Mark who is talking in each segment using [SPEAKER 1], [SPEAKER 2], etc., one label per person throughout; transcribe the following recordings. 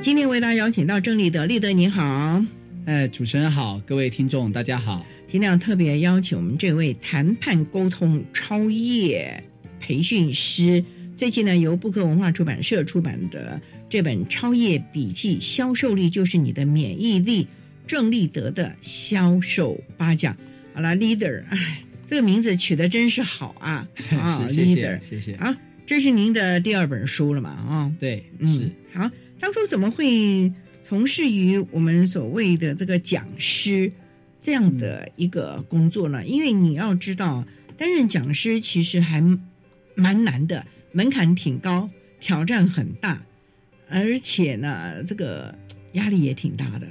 [SPEAKER 1] 今天为大家邀请到郑立德，立德你好。
[SPEAKER 2] 哎，主持人好，各位听众大家好。
[SPEAKER 1] 今天要特别邀请我们这位谈判沟通超业培训师，最近呢由布克文化出版社出版的这本《超业笔记：销售力就是你的免疫力》，郑立德的销售八讲。好了，leader，哎，这个名字取得真是好啊！ 啊
[SPEAKER 2] 是谢
[SPEAKER 1] ，leader
[SPEAKER 2] 谢谢谢。
[SPEAKER 1] 啊，这是您的第二本书了嘛？啊、
[SPEAKER 2] 对，
[SPEAKER 1] 嗯
[SPEAKER 2] 是，
[SPEAKER 1] 好，当初怎么会从事于我们所谓的这个讲师这样
[SPEAKER 2] 嗯
[SPEAKER 1] 的一个工作呢？因为你要知道，担任讲师其实还蛮难的，门槛挺高，挑战很大，而且呢，这个压力也挺 大的，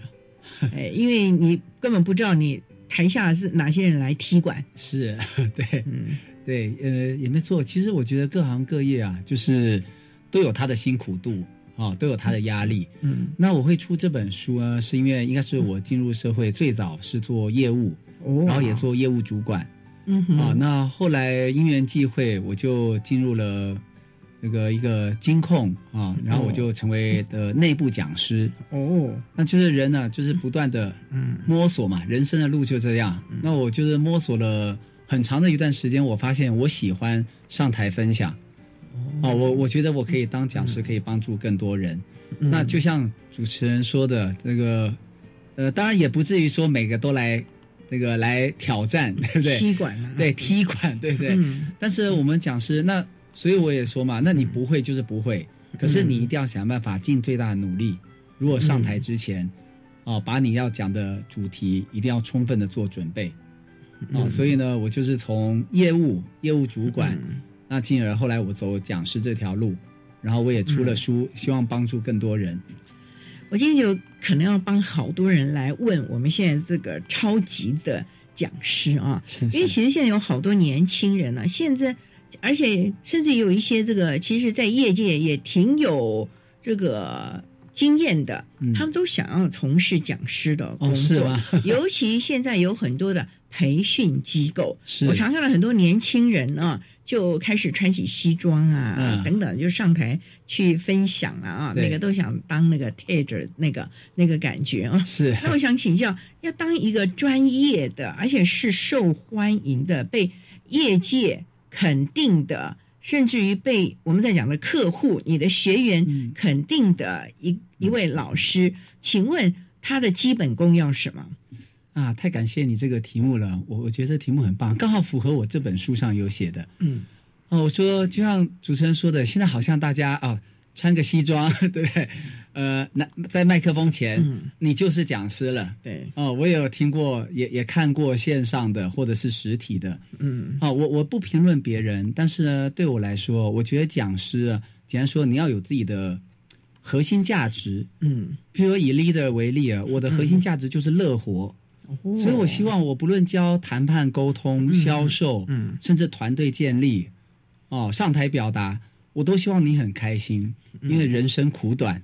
[SPEAKER 1] 哎，因为你根本不知道你台下是哪些人来踢馆，
[SPEAKER 2] 是， 对
[SPEAKER 1] 嗯，
[SPEAKER 2] 对，呃，也没错。其实我觉得各行各业啊，就是都有它的辛苦度哦，都有它的压力。
[SPEAKER 1] 嗯，
[SPEAKER 2] 那我会出这本书呢，是因为应该是我进入社会最早是做业务，
[SPEAKER 1] 哦
[SPEAKER 2] 然后也，做业务主管
[SPEAKER 1] 嗯哼，
[SPEAKER 2] 啊。那后来因缘际会，我就进入了。那个一个金控啊，然后我就成为的内部讲师，
[SPEAKER 1] 哦，
[SPEAKER 2] 那就是人呢、就是不断的
[SPEAKER 1] 嗯
[SPEAKER 2] 摸索嘛，人生的路就这样。那我就是摸索了很长的一段时间，我发现我喜欢上台分享。哦，我我觉得我可以当讲师，可以帮助更多人。那就像主持人说的，那个，呃，当然也不至于说每个都来，那个来挑战，对不对？
[SPEAKER 1] 踢馆啊，
[SPEAKER 2] 对，踢馆，对不对？
[SPEAKER 1] 嗯。
[SPEAKER 2] 但是我们讲师，那所以我也说嘛，那你不会就是不会，可是你一定要想办法尽最大的努力。如果上台之前，哦，把你要讲的主题一定要充分的做准备。哦，所以呢，我就是从业务业务主管，
[SPEAKER 1] 嗯
[SPEAKER 2] 那进而后来我走讲师这条路，然后我也出了书，希望帮助更多人。
[SPEAKER 1] 我今天就可能要帮好多人来问我们现在这个超级的讲师啊，
[SPEAKER 2] 是
[SPEAKER 1] 因为其实现在有好多年轻人呢、现在而且甚至有一些这个，其实在业界也挺有这个经验的，
[SPEAKER 2] 嗯
[SPEAKER 1] 他们都想要从事讲师的工
[SPEAKER 2] 哦，是
[SPEAKER 1] 作，
[SPEAKER 2] 吗？
[SPEAKER 1] 尤其现在有很多的培训机构，
[SPEAKER 2] 是
[SPEAKER 1] 我常看到很多年轻人啊，就开始穿起西装啊、
[SPEAKER 2] 嗯
[SPEAKER 1] 等等，就上台去分享了啊，
[SPEAKER 2] 对
[SPEAKER 1] 每个都想当那个 TED 那个那个感觉 啊。
[SPEAKER 2] 是
[SPEAKER 1] 那我想请教，要当一个专业的，而且是受欢迎的、被业界肯定的，甚至于被我们在讲的客户、你的学员
[SPEAKER 2] 嗯
[SPEAKER 1] 肯定的一、一位老师，请问他的基本功要什么？
[SPEAKER 2] 啊，太感谢你这个题目了，我我觉得这题目很棒，刚好符合我这本书上有写的。
[SPEAKER 1] 嗯，
[SPEAKER 2] 哦，我说就像主持人说的，现在好像大家啊、穿个西装， 对不对？呃，那在麦克风前，
[SPEAKER 1] 嗯
[SPEAKER 2] 你就是讲师了。
[SPEAKER 1] 对，
[SPEAKER 2] 哦，我也有听过，也也看过线上的或者是实体的。
[SPEAKER 1] 嗯
[SPEAKER 2] 哦，我我不评论别人，但是呢，对我来说，我觉得讲师啊，简单说，你要有自己的核心价值。
[SPEAKER 1] 嗯，
[SPEAKER 2] 譬如说以 leader 为例啊，我的核心价值就是乐活，
[SPEAKER 1] 嗯哦
[SPEAKER 2] 所以我希望我不论教谈判、沟通、销售，
[SPEAKER 1] 嗯
[SPEAKER 2] 甚至团队建立，哦，上台表达，我都希望你很开心，因为人生苦短，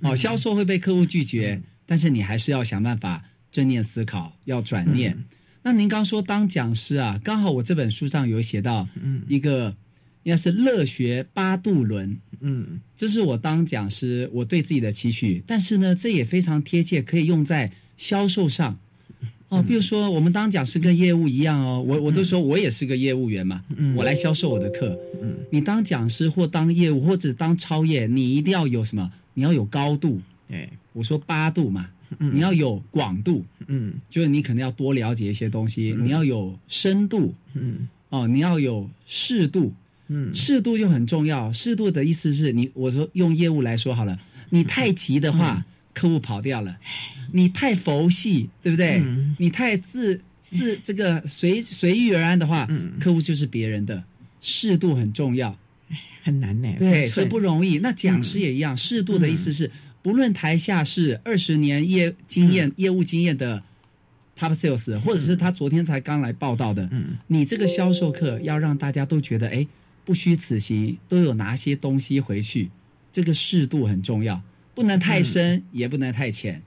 [SPEAKER 2] 哦，销售会被客户拒绝，但是你还是要想办法正念思考，要转
[SPEAKER 1] 嗯
[SPEAKER 2] 念。那您刚说当讲师啊，刚好我这本书上有写到一个，应该是乐学八度轮，
[SPEAKER 1] 嗯
[SPEAKER 2] 这是我当讲师我对自己的期许，但是呢，这也非常贴切，可以用在销售上。
[SPEAKER 1] 嗯
[SPEAKER 2] 哦，比如说我们当讲师跟业务一样哦，我我都说我也是个业务员嘛，
[SPEAKER 1] 嗯
[SPEAKER 2] 我来销售我的课。
[SPEAKER 1] 嗯
[SPEAKER 2] 你当讲师或当业务或者当超业，你一定要有什么？你要有高度，
[SPEAKER 1] 对，
[SPEAKER 2] 我说八度嘛，你要有广度，
[SPEAKER 1] 嗯
[SPEAKER 2] 就是你可能要多了解一些东西，你要有深度
[SPEAKER 1] 嗯
[SPEAKER 2] 哦，你要有适度，
[SPEAKER 1] 嗯
[SPEAKER 2] 适度又很重要。适度的意思是你，我说用业务来说好了，你太急的
[SPEAKER 1] 嗯
[SPEAKER 2] 话，客户跑掉了；你太佛系，对不对？
[SPEAKER 1] 嗯
[SPEAKER 2] 你太自自这个随随遇而安的话，
[SPEAKER 1] 嗯
[SPEAKER 2] 客户就是别人的。适度很重要，
[SPEAKER 1] 很难呢、
[SPEAKER 2] 对，
[SPEAKER 1] 分
[SPEAKER 2] 所
[SPEAKER 1] 寸
[SPEAKER 2] 以不容易。那讲
[SPEAKER 1] 嗯
[SPEAKER 2] 师也一样，适度的意思是，不论台下是二十年业经
[SPEAKER 1] 嗯
[SPEAKER 2] 验、业务经验的 top sales，或者是他昨天才刚来报道的，
[SPEAKER 1] 嗯
[SPEAKER 2] 你这个销售课要让大家都觉得，哎，不虚此行，都有拿些东西回去，这个适度很重要，不能太深，也不能太浅。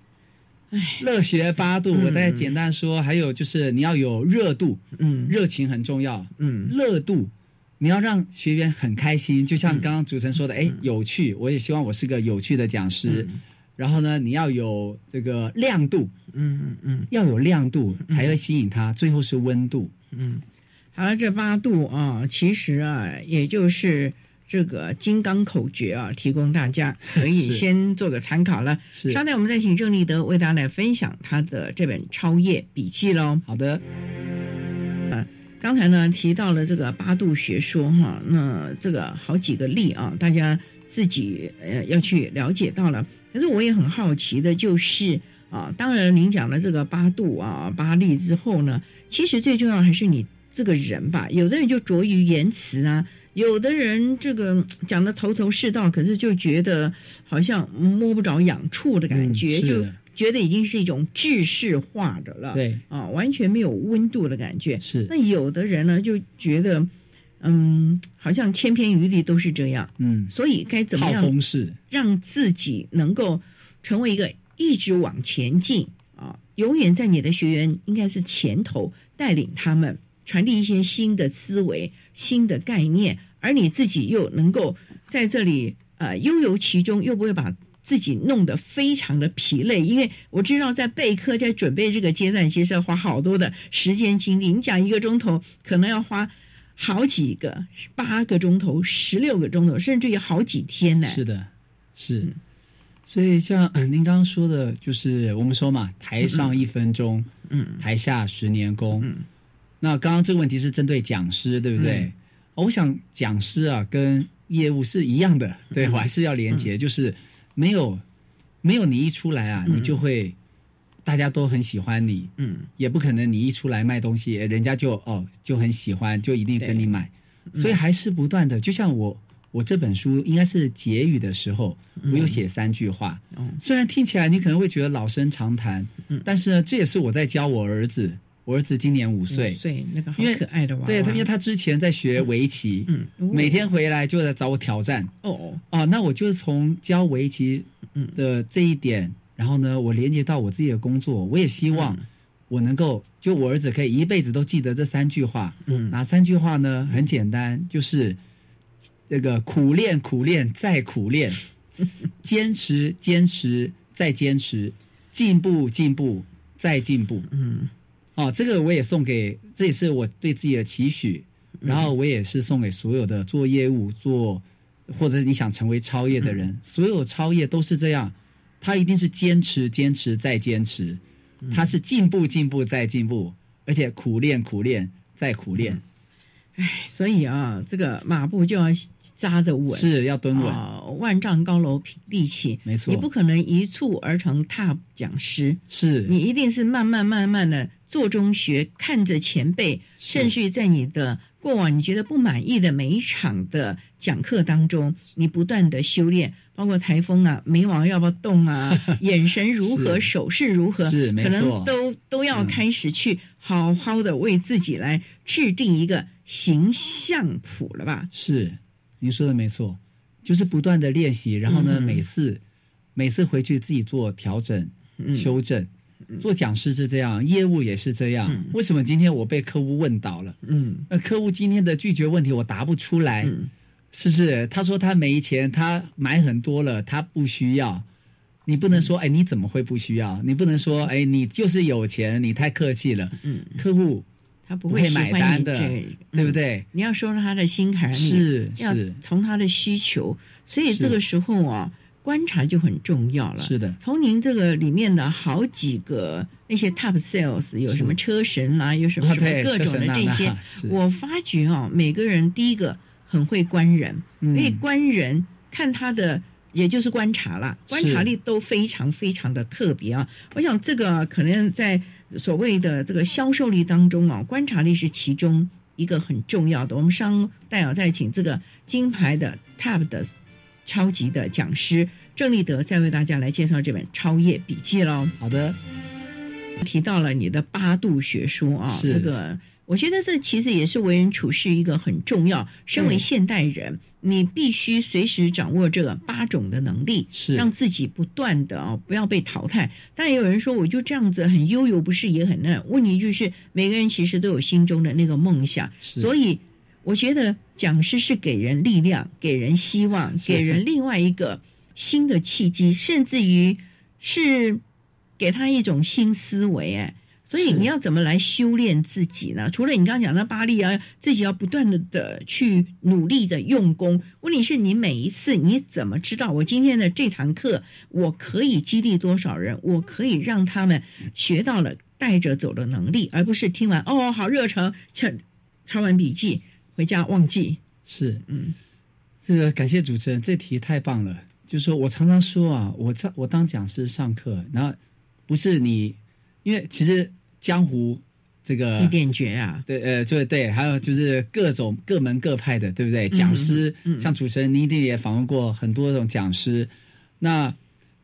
[SPEAKER 2] 乐学八度，我再简单说，还有就是你要有热度，
[SPEAKER 1] 嗯
[SPEAKER 2] 热情很重要，
[SPEAKER 1] 嗯
[SPEAKER 2] 热度。你要让学员很开心，就像刚刚主持人说的，哎、有趣。我也希望我是个有趣的讲师，然后呢，你要有这个亮度，
[SPEAKER 1] 嗯嗯
[SPEAKER 2] 要有亮度才会吸引他，最后是温度。
[SPEAKER 1] 嗯，好了，这八度啊，其实啊，也就是这个金刚口诀啊，提供大家可以
[SPEAKER 2] 是
[SPEAKER 1] 先做个参考了。
[SPEAKER 2] 是
[SPEAKER 1] 稍待，我们再请郑立德为大家来分享他的这本《超越笔记》喽。
[SPEAKER 2] 好的，
[SPEAKER 1] 刚才呢提到了这个八度学说哈，那这个好几个例啊，大家自己呃要去了解到了。可是我也很好奇的就是啊，当然您讲了这个八度啊八例之后呢，其实最重要还是你这个人吧。有的人就拙于言辞啊，有的人这个嗯讲的头头是道，可是就觉得好像摸不着痒处的感
[SPEAKER 2] 嗯
[SPEAKER 1] 觉，
[SPEAKER 2] 是
[SPEAKER 1] 就
[SPEAKER 2] 的
[SPEAKER 1] 觉得已经是一种制式化的了。
[SPEAKER 2] 对，
[SPEAKER 1] 啊，完全没有温度的感觉。
[SPEAKER 2] 是
[SPEAKER 1] 那，有的人呢，就觉得，嗯，好像千篇一律都是这样，
[SPEAKER 2] 嗯，
[SPEAKER 1] 所以该怎么
[SPEAKER 2] 套
[SPEAKER 1] 样
[SPEAKER 2] 公式，
[SPEAKER 1] 让自己能够成为一个一直往前进啊，永远在你的学员应该是前头带领他们，传递一些新的思维、新的概念，而你自己又能够在这里呃悠游其中，又不会把。自己弄得非常的疲累，因为我知道在备课、在准备这个阶段，其实要花好多的时间精力。你讲一个钟头，可能要花好几个、八个钟头、十六个钟头，甚至于好几天呢。
[SPEAKER 2] 是的，是
[SPEAKER 1] 嗯。
[SPEAKER 2] 所以像呃您刚刚说的，就是我们说嘛，台上一分钟，
[SPEAKER 1] 嗯
[SPEAKER 2] 台下十年功。
[SPEAKER 1] 嗯
[SPEAKER 2] 那刚刚这个问题是针对讲师，对不对？
[SPEAKER 1] 嗯
[SPEAKER 2] 哦我想讲师啊跟业务是一样的，
[SPEAKER 1] 嗯
[SPEAKER 2] 对、我还是要连接，就是没有没有你一出来啊，
[SPEAKER 1] 嗯
[SPEAKER 2] 你就会大家都很喜欢你，
[SPEAKER 1] 嗯
[SPEAKER 2] 也不可能你一出来卖东西，人家就哦就很喜欢，就一定跟你买，
[SPEAKER 1] 嗯
[SPEAKER 2] 所以还是不断的，就像我。我这本书应该是结语的时候，我有写三句话。
[SPEAKER 1] 嗯哦
[SPEAKER 2] 虽然听起来你可能会觉得老生常谈，
[SPEAKER 1] 嗯
[SPEAKER 2] 但是呢，这也是我在教我儿子。我儿子今年五岁，
[SPEAKER 1] 对，那个好
[SPEAKER 2] 因为
[SPEAKER 1] 可爱的娃娃。
[SPEAKER 2] 对，因为他之前在学围棋，
[SPEAKER 1] 嗯，
[SPEAKER 2] 每天回来就来找我挑战
[SPEAKER 1] 哦哦，
[SPEAKER 2] 啊。那我就是从教围棋
[SPEAKER 1] 嗯
[SPEAKER 2] 的这一点，然后呢，我连接到我自己的工作，我也希望
[SPEAKER 1] 嗯
[SPEAKER 2] 我能够，就我儿子可以一辈子都记得这三句话。
[SPEAKER 1] 嗯
[SPEAKER 2] 哪三句话呢？很简单，就是这个苦练、苦练再 苦练，坚持、坚持再坚持，进步、进步再进步。
[SPEAKER 1] 嗯
[SPEAKER 2] 哦，这个我也送给，这也是我对自己的期许，
[SPEAKER 1] 嗯
[SPEAKER 2] 然后我也是送给所有的做业务、做或者是你想成为超越的人，
[SPEAKER 1] 嗯
[SPEAKER 2] 所有超越都是这样，他一定是坚持、坚持再坚持，
[SPEAKER 1] 嗯
[SPEAKER 2] 他是进步、进步再进步，而且苦练、苦练再苦练，
[SPEAKER 1] 嗯所以啊，这个马步就要扎得稳，
[SPEAKER 2] 是要蹲稳，
[SPEAKER 1] 啊、万丈高楼平地起，
[SPEAKER 2] 没错
[SPEAKER 1] 你不可能一蹴而成踏讲师，
[SPEAKER 2] 是
[SPEAKER 1] 你一定是慢慢慢慢的做中学，看着前辈，
[SPEAKER 2] 是
[SPEAKER 1] 甚至于在你的过往你觉得不满意的每一场的讲课当中，你不断的修炼，包括台风啊， 眉毛要不要动啊，眼神如何，
[SPEAKER 2] 是
[SPEAKER 1] 手势如何，
[SPEAKER 2] 是没
[SPEAKER 1] 可能
[SPEAKER 2] 错嗯
[SPEAKER 1] 都都要开始去好好的为自己来制定一个形象谱了吧？
[SPEAKER 2] 是，您说的没错，就是不断的练习，然后呢，
[SPEAKER 1] 嗯
[SPEAKER 2] 每次每次回去自己做调整。
[SPEAKER 1] 嗯，
[SPEAKER 2] 修正。做讲师是这样，业务也是这样。
[SPEAKER 1] 嗯
[SPEAKER 2] 为什么今天我被客户问倒了？
[SPEAKER 1] 嗯
[SPEAKER 2] 那客户今天的拒绝问题我答不出来，
[SPEAKER 1] 嗯
[SPEAKER 2] 是不是？他说他没钱，他买很多了，他不需要。你不能
[SPEAKER 1] 嗯
[SPEAKER 2] 说，哎，你怎么会不需要？你不能说，哎，你就是有钱，你太客气了。
[SPEAKER 1] 嗯，
[SPEAKER 2] 客户
[SPEAKER 1] 他不
[SPEAKER 2] 不
[SPEAKER 1] 会
[SPEAKER 2] 会
[SPEAKER 1] 喜
[SPEAKER 2] 买
[SPEAKER 1] 欢
[SPEAKER 2] 单
[SPEAKER 1] 你
[SPEAKER 2] 的
[SPEAKER 1] 这，
[SPEAKER 2] 对不
[SPEAKER 1] 嗯
[SPEAKER 2] 对？
[SPEAKER 1] 你要说到他的心坎里，
[SPEAKER 2] 是
[SPEAKER 1] 要
[SPEAKER 2] 是
[SPEAKER 1] 从他的需求，所以
[SPEAKER 2] 是
[SPEAKER 1] 这个时候啊，观察就很重要了。
[SPEAKER 2] 是的，
[SPEAKER 1] 从您这个里面的好几个那些 top sales 有什么
[SPEAKER 2] 是
[SPEAKER 1] 车神啦、有什么
[SPEAKER 2] 啊
[SPEAKER 1] 什么
[SPEAKER 2] 对
[SPEAKER 1] 各
[SPEAKER 2] 车
[SPEAKER 1] 种
[SPEAKER 2] 神
[SPEAKER 1] 的
[SPEAKER 2] 啊
[SPEAKER 1] 这
[SPEAKER 2] 那
[SPEAKER 1] 些，
[SPEAKER 2] 是
[SPEAKER 1] 我发觉啊，每个人第一个很会观人，因为
[SPEAKER 2] 嗯，
[SPEAKER 1] 观人看他的。也就是观察啦，
[SPEAKER 2] 是
[SPEAKER 1] 观察力都非常非常的特别啊！我想这个啊可能在所谓的这个销售力当中啊，观察力是其中一个很重要的。我们商代啊，再请这个金牌的 TAB 的超级的讲师郑立德再为大家来介绍这本《超越笔记》喽。
[SPEAKER 2] 好的，
[SPEAKER 1] 提到了你的八度学说啊，
[SPEAKER 2] 是
[SPEAKER 1] 这个我觉得这其实也是为人处事一个很重要。身为
[SPEAKER 2] 对
[SPEAKER 1] 现代
[SPEAKER 2] 嗯
[SPEAKER 1] 人，你必须随时掌握这八种的能力，
[SPEAKER 2] 是
[SPEAKER 1] 让自己不断的啊不要被淘汰。但也有人说，我就这样子很悠游，不是也很那？问题就是每个人其实都有心中的那个梦想，
[SPEAKER 2] 是
[SPEAKER 1] 所以我觉得讲师是给人力量、给人希望、
[SPEAKER 2] 是
[SPEAKER 1] 给人另外一个新的契机，甚至于是给他一种新思维哎。所以
[SPEAKER 2] 是
[SPEAKER 1] 你要怎么来修炼自己呢？除了你刚刚讲的巴力啊，自己要不断的的去努力的用功。问题是你每一次你怎么知道我今天的这堂课我可以激励多少人？我可以让他们学到了带着走的能力，而不是听完哦好热诚，抄抄完笔记回家忘记。
[SPEAKER 2] 是，
[SPEAKER 1] 嗯，
[SPEAKER 2] 这个感谢主持人，这题太棒了。就是说我常常说啊，我在我当讲师上课，然后不是你，因为其实江湖这个
[SPEAKER 1] 一点绝啊，
[SPEAKER 2] 对，呃，就是对，还有就是各种各门各派的，对不对？
[SPEAKER 1] 嗯
[SPEAKER 2] 讲师，
[SPEAKER 1] 嗯
[SPEAKER 2] 像主持人你一定也访问过很多种讲师。那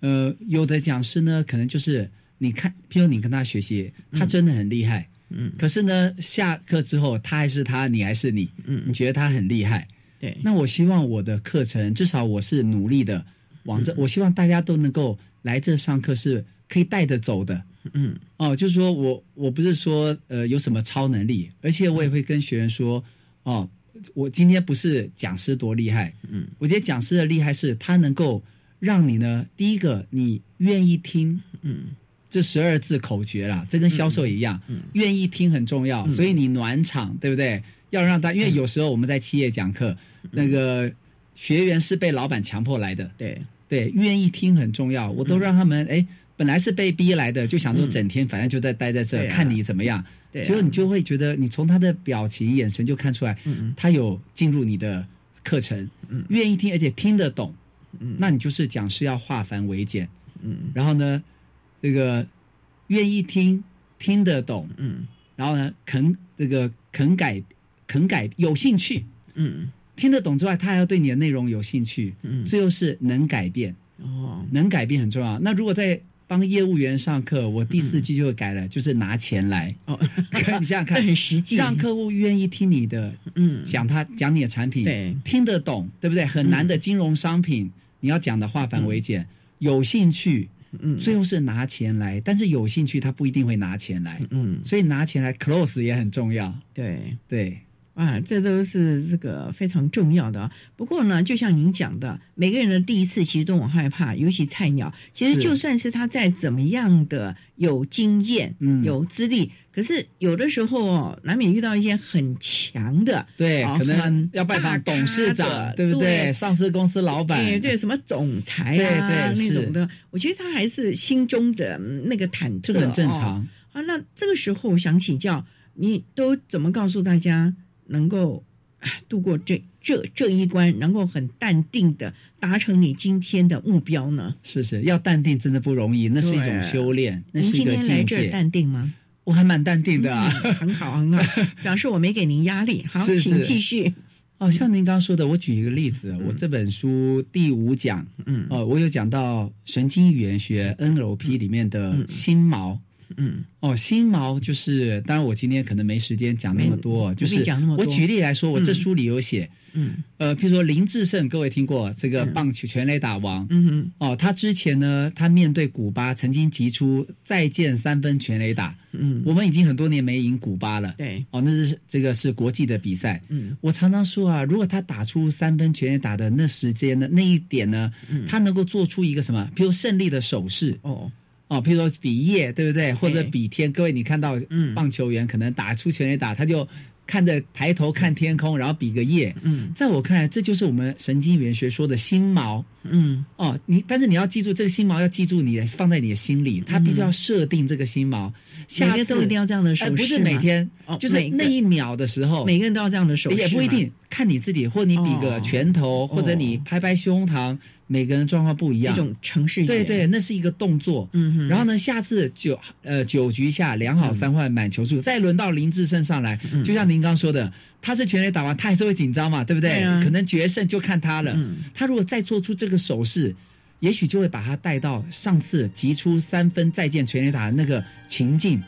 [SPEAKER 2] 呃，有的讲师呢，可能就是你看，譬如你跟他学习，他真的很厉害，
[SPEAKER 1] 嗯
[SPEAKER 2] 可是呢，下课之后他还是他，你还是你，你
[SPEAKER 1] 嗯，
[SPEAKER 2] 觉得他很厉害。
[SPEAKER 1] 对，
[SPEAKER 2] 那我希望我的课程，至少我是努力的往这，我希望大家都能够来这上课是可以带着走的。
[SPEAKER 1] 嗯
[SPEAKER 2] 哦，就是说我我不是说呃有什么超能力，而且我也会跟学员说，哦，我今天不是讲师多厉害，
[SPEAKER 1] 嗯，
[SPEAKER 2] 我觉得讲师的厉害是他能够让你呢，第一个你愿意听
[SPEAKER 1] 嗯
[SPEAKER 2] 这十二字口诀啦，这跟销售一样，
[SPEAKER 1] 嗯
[SPEAKER 2] 愿意听很重要，所以你暖场，对不对？要让大，因
[SPEAKER 1] 嗯
[SPEAKER 2] 为有时候我们在企业讲课，那个学员是被老板强迫来的，
[SPEAKER 1] 对，
[SPEAKER 2] 对，愿意听很重要。我都让他们
[SPEAKER 1] 嗯
[SPEAKER 2] 哎、本来是被逼来的，就想说整天反正就在待在这，
[SPEAKER 1] 对啊
[SPEAKER 2] 看你怎么样。
[SPEAKER 1] 对啊
[SPEAKER 2] 结果你就会觉得，你从他的表情、眼神就看出来，
[SPEAKER 1] 嗯
[SPEAKER 2] 他有进入你的课程，
[SPEAKER 1] 嗯
[SPEAKER 2] 愿意听，而且听得懂。
[SPEAKER 1] 嗯
[SPEAKER 2] 那你就是讲师要化繁为简，
[SPEAKER 1] 嗯
[SPEAKER 2] 然后呢，这个愿意听、听得懂，
[SPEAKER 1] 嗯
[SPEAKER 2] 然后呢肯这个肯改、肯改有兴趣，
[SPEAKER 1] 嗯
[SPEAKER 2] 听得懂之外，他还要对你的内容有兴趣，
[SPEAKER 1] 嗯，
[SPEAKER 2] 最后是能改变。
[SPEAKER 1] 哦，
[SPEAKER 2] 能改变很重要。那如果在帮业务员上课，我第四句就改了，
[SPEAKER 1] 嗯
[SPEAKER 2] 就是拿钱 来。
[SPEAKER 1] 哦，
[SPEAKER 2] 可你想想
[SPEAKER 1] 这
[SPEAKER 2] 看，
[SPEAKER 1] 很实际，
[SPEAKER 2] 让客户愿意听你的，
[SPEAKER 1] 嗯
[SPEAKER 2] 讲他讲你的产品，
[SPEAKER 1] 对嗯
[SPEAKER 2] 听得懂，对不对？很难的金融商品，你要讲的化繁为简，有兴趣，
[SPEAKER 1] 嗯
[SPEAKER 2] 最后是拿钱来。但是有兴趣，他不一定会拿钱来，
[SPEAKER 1] 嗯
[SPEAKER 2] 所以拿钱来 close 也很重要。
[SPEAKER 1] 对。
[SPEAKER 2] 对，
[SPEAKER 1] 啊，这都是这个非常重要的啊。不过呢，就像您讲的，每个人的第一次其实都很害怕，尤其菜鸟。其实
[SPEAKER 2] 是
[SPEAKER 1] 就算是他再怎么样的有经验、
[SPEAKER 2] 嗯
[SPEAKER 1] 有资历，可是有的时候哦，难免遇到一些很强的，
[SPEAKER 2] 对，
[SPEAKER 1] 哦
[SPEAKER 2] 可能
[SPEAKER 1] 很
[SPEAKER 2] 要拜
[SPEAKER 1] 大
[SPEAKER 2] 访董事
[SPEAKER 1] 咖
[SPEAKER 2] 长
[SPEAKER 1] 的，
[SPEAKER 2] 对不
[SPEAKER 1] 对
[SPEAKER 2] 上市公司老板，
[SPEAKER 1] 哎，对，什么总裁啊
[SPEAKER 2] 对对
[SPEAKER 1] 那
[SPEAKER 2] 是
[SPEAKER 1] 种的，我觉得他还是心中的嗯那个忐忑，
[SPEAKER 2] 这个很正
[SPEAKER 1] 哦
[SPEAKER 2] 常。
[SPEAKER 1] 啊，那这个时候想请教，你都怎么告诉大家能够哎度过这这这一关，能够很淡定的达成你今天的目标呢？
[SPEAKER 2] 是是，要淡定真的不容易，那是一种
[SPEAKER 1] 对
[SPEAKER 2] 修炼，那
[SPEAKER 1] 您
[SPEAKER 2] 是一
[SPEAKER 1] 今
[SPEAKER 2] 个
[SPEAKER 1] 天来
[SPEAKER 2] 境
[SPEAKER 1] 这儿嗯
[SPEAKER 2] 界。
[SPEAKER 1] 淡定 吗？
[SPEAKER 2] 我还蛮淡定的啊。
[SPEAKER 1] 很好，很好，表示我没给您压力。好，
[SPEAKER 2] 是是
[SPEAKER 1] 请继续。
[SPEAKER 2] 哦，像您刚刚说的，我举一个例子，我这本书第五讲，
[SPEAKER 1] 嗯
[SPEAKER 2] 哦，我有讲到神经语言学 NLP 里面的心锚。
[SPEAKER 1] 嗯
[SPEAKER 2] 哦，心锚就是，当然我今天可能没时间讲那么多，就
[SPEAKER 1] 没
[SPEAKER 2] 是
[SPEAKER 1] 嗯讲那么多
[SPEAKER 2] 我举例来说，我这
[SPEAKER 1] 嗯
[SPEAKER 2] 书里有写，
[SPEAKER 1] 嗯
[SPEAKER 2] 呃，譬如说林志胜，各位听过这个棒球全垒打王，
[SPEAKER 1] 嗯
[SPEAKER 2] 哦，他之前呢，他面对古巴曾经提出再见三分全垒打，
[SPEAKER 1] 嗯嗯，
[SPEAKER 2] 我们已经很多年没赢古巴了。
[SPEAKER 1] 对，
[SPEAKER 2] 哦，那是这个是国际的比赛。
[SPEAKER 1] 嗯
[SPEAKER 2] 我常常说啊，如果他打出三分全垒打的那时间呢，那一点呢，他能够做出一个什么，比如胜利的手势
[SPEAKER 1] 嗯哦，
[SPEAKER 2] 哦，譬如说比耶，对不对？或者比天。各位，你看到
[SPEAKER 1] 嗯
[SPEAKER 2] 棒球员可能打出全垒打，他就看着抬头看天空，然后比个耶。
[SPEAKER 1] 嗯
[SPEAKER 2] 在我看来，这就是我们神经语言学说的心锚
[SPEAKER 1] 嗯
[SPEAKER 2] 哦。你但是你要记住，这个心锚要记住你的放在你的心里，他必须要设定这个心锚。
[SPEAKER 1] 嗯每
[SPEAKER 2] 下
[SPEAKER 1] 个
[SPEAKER 2] 次
[SPEAKER 1] 都一定要这样的手
[SPEAKER 2] 哎，
[SPEAKER 1] 势吗、
[SPEAKER 2] 不是每天，
[SPEAKER 1] 哦
[SPEAKER 2] 就是
[SPEAKER 1] 每个
[SPEAKER 2] 那一秒的时候，
[SPEAKER 1] 每个人都要这样的手势，
[SPEAKER 2] 也不一。定看你自己，或你比个
[SPEAKER 1] 哦
[SPEAKER 2] 拳头，或者你拍拍胸膛，每个人状况不一
[SPEAKER 1] 一
[SPEAKER 2] 样。
[SPEAKER 1] 种城市语
[SPEAKER 2] 对
[SPEAKER 1] 言
[SPEAKER 2] 对，，那是一个动作。
[SPEAKER 1] 嗯哼，
[SPEAKER 2] 然后呢，下次九呃九局下两好三坏满球数，再轮到林志胜上来，就像您刚说的，他是全垒打完，他还是会紧张嘛，对不对
[SPEAKER 1] 对啊？
[SPEAKER 2] 可能决胜就看他了
[SPEAKER 1] 嗯。
[SPEAKER 2] 他如果再做出这个手势，也许就会把他带到上次击出三分再见全垒打的那个情境，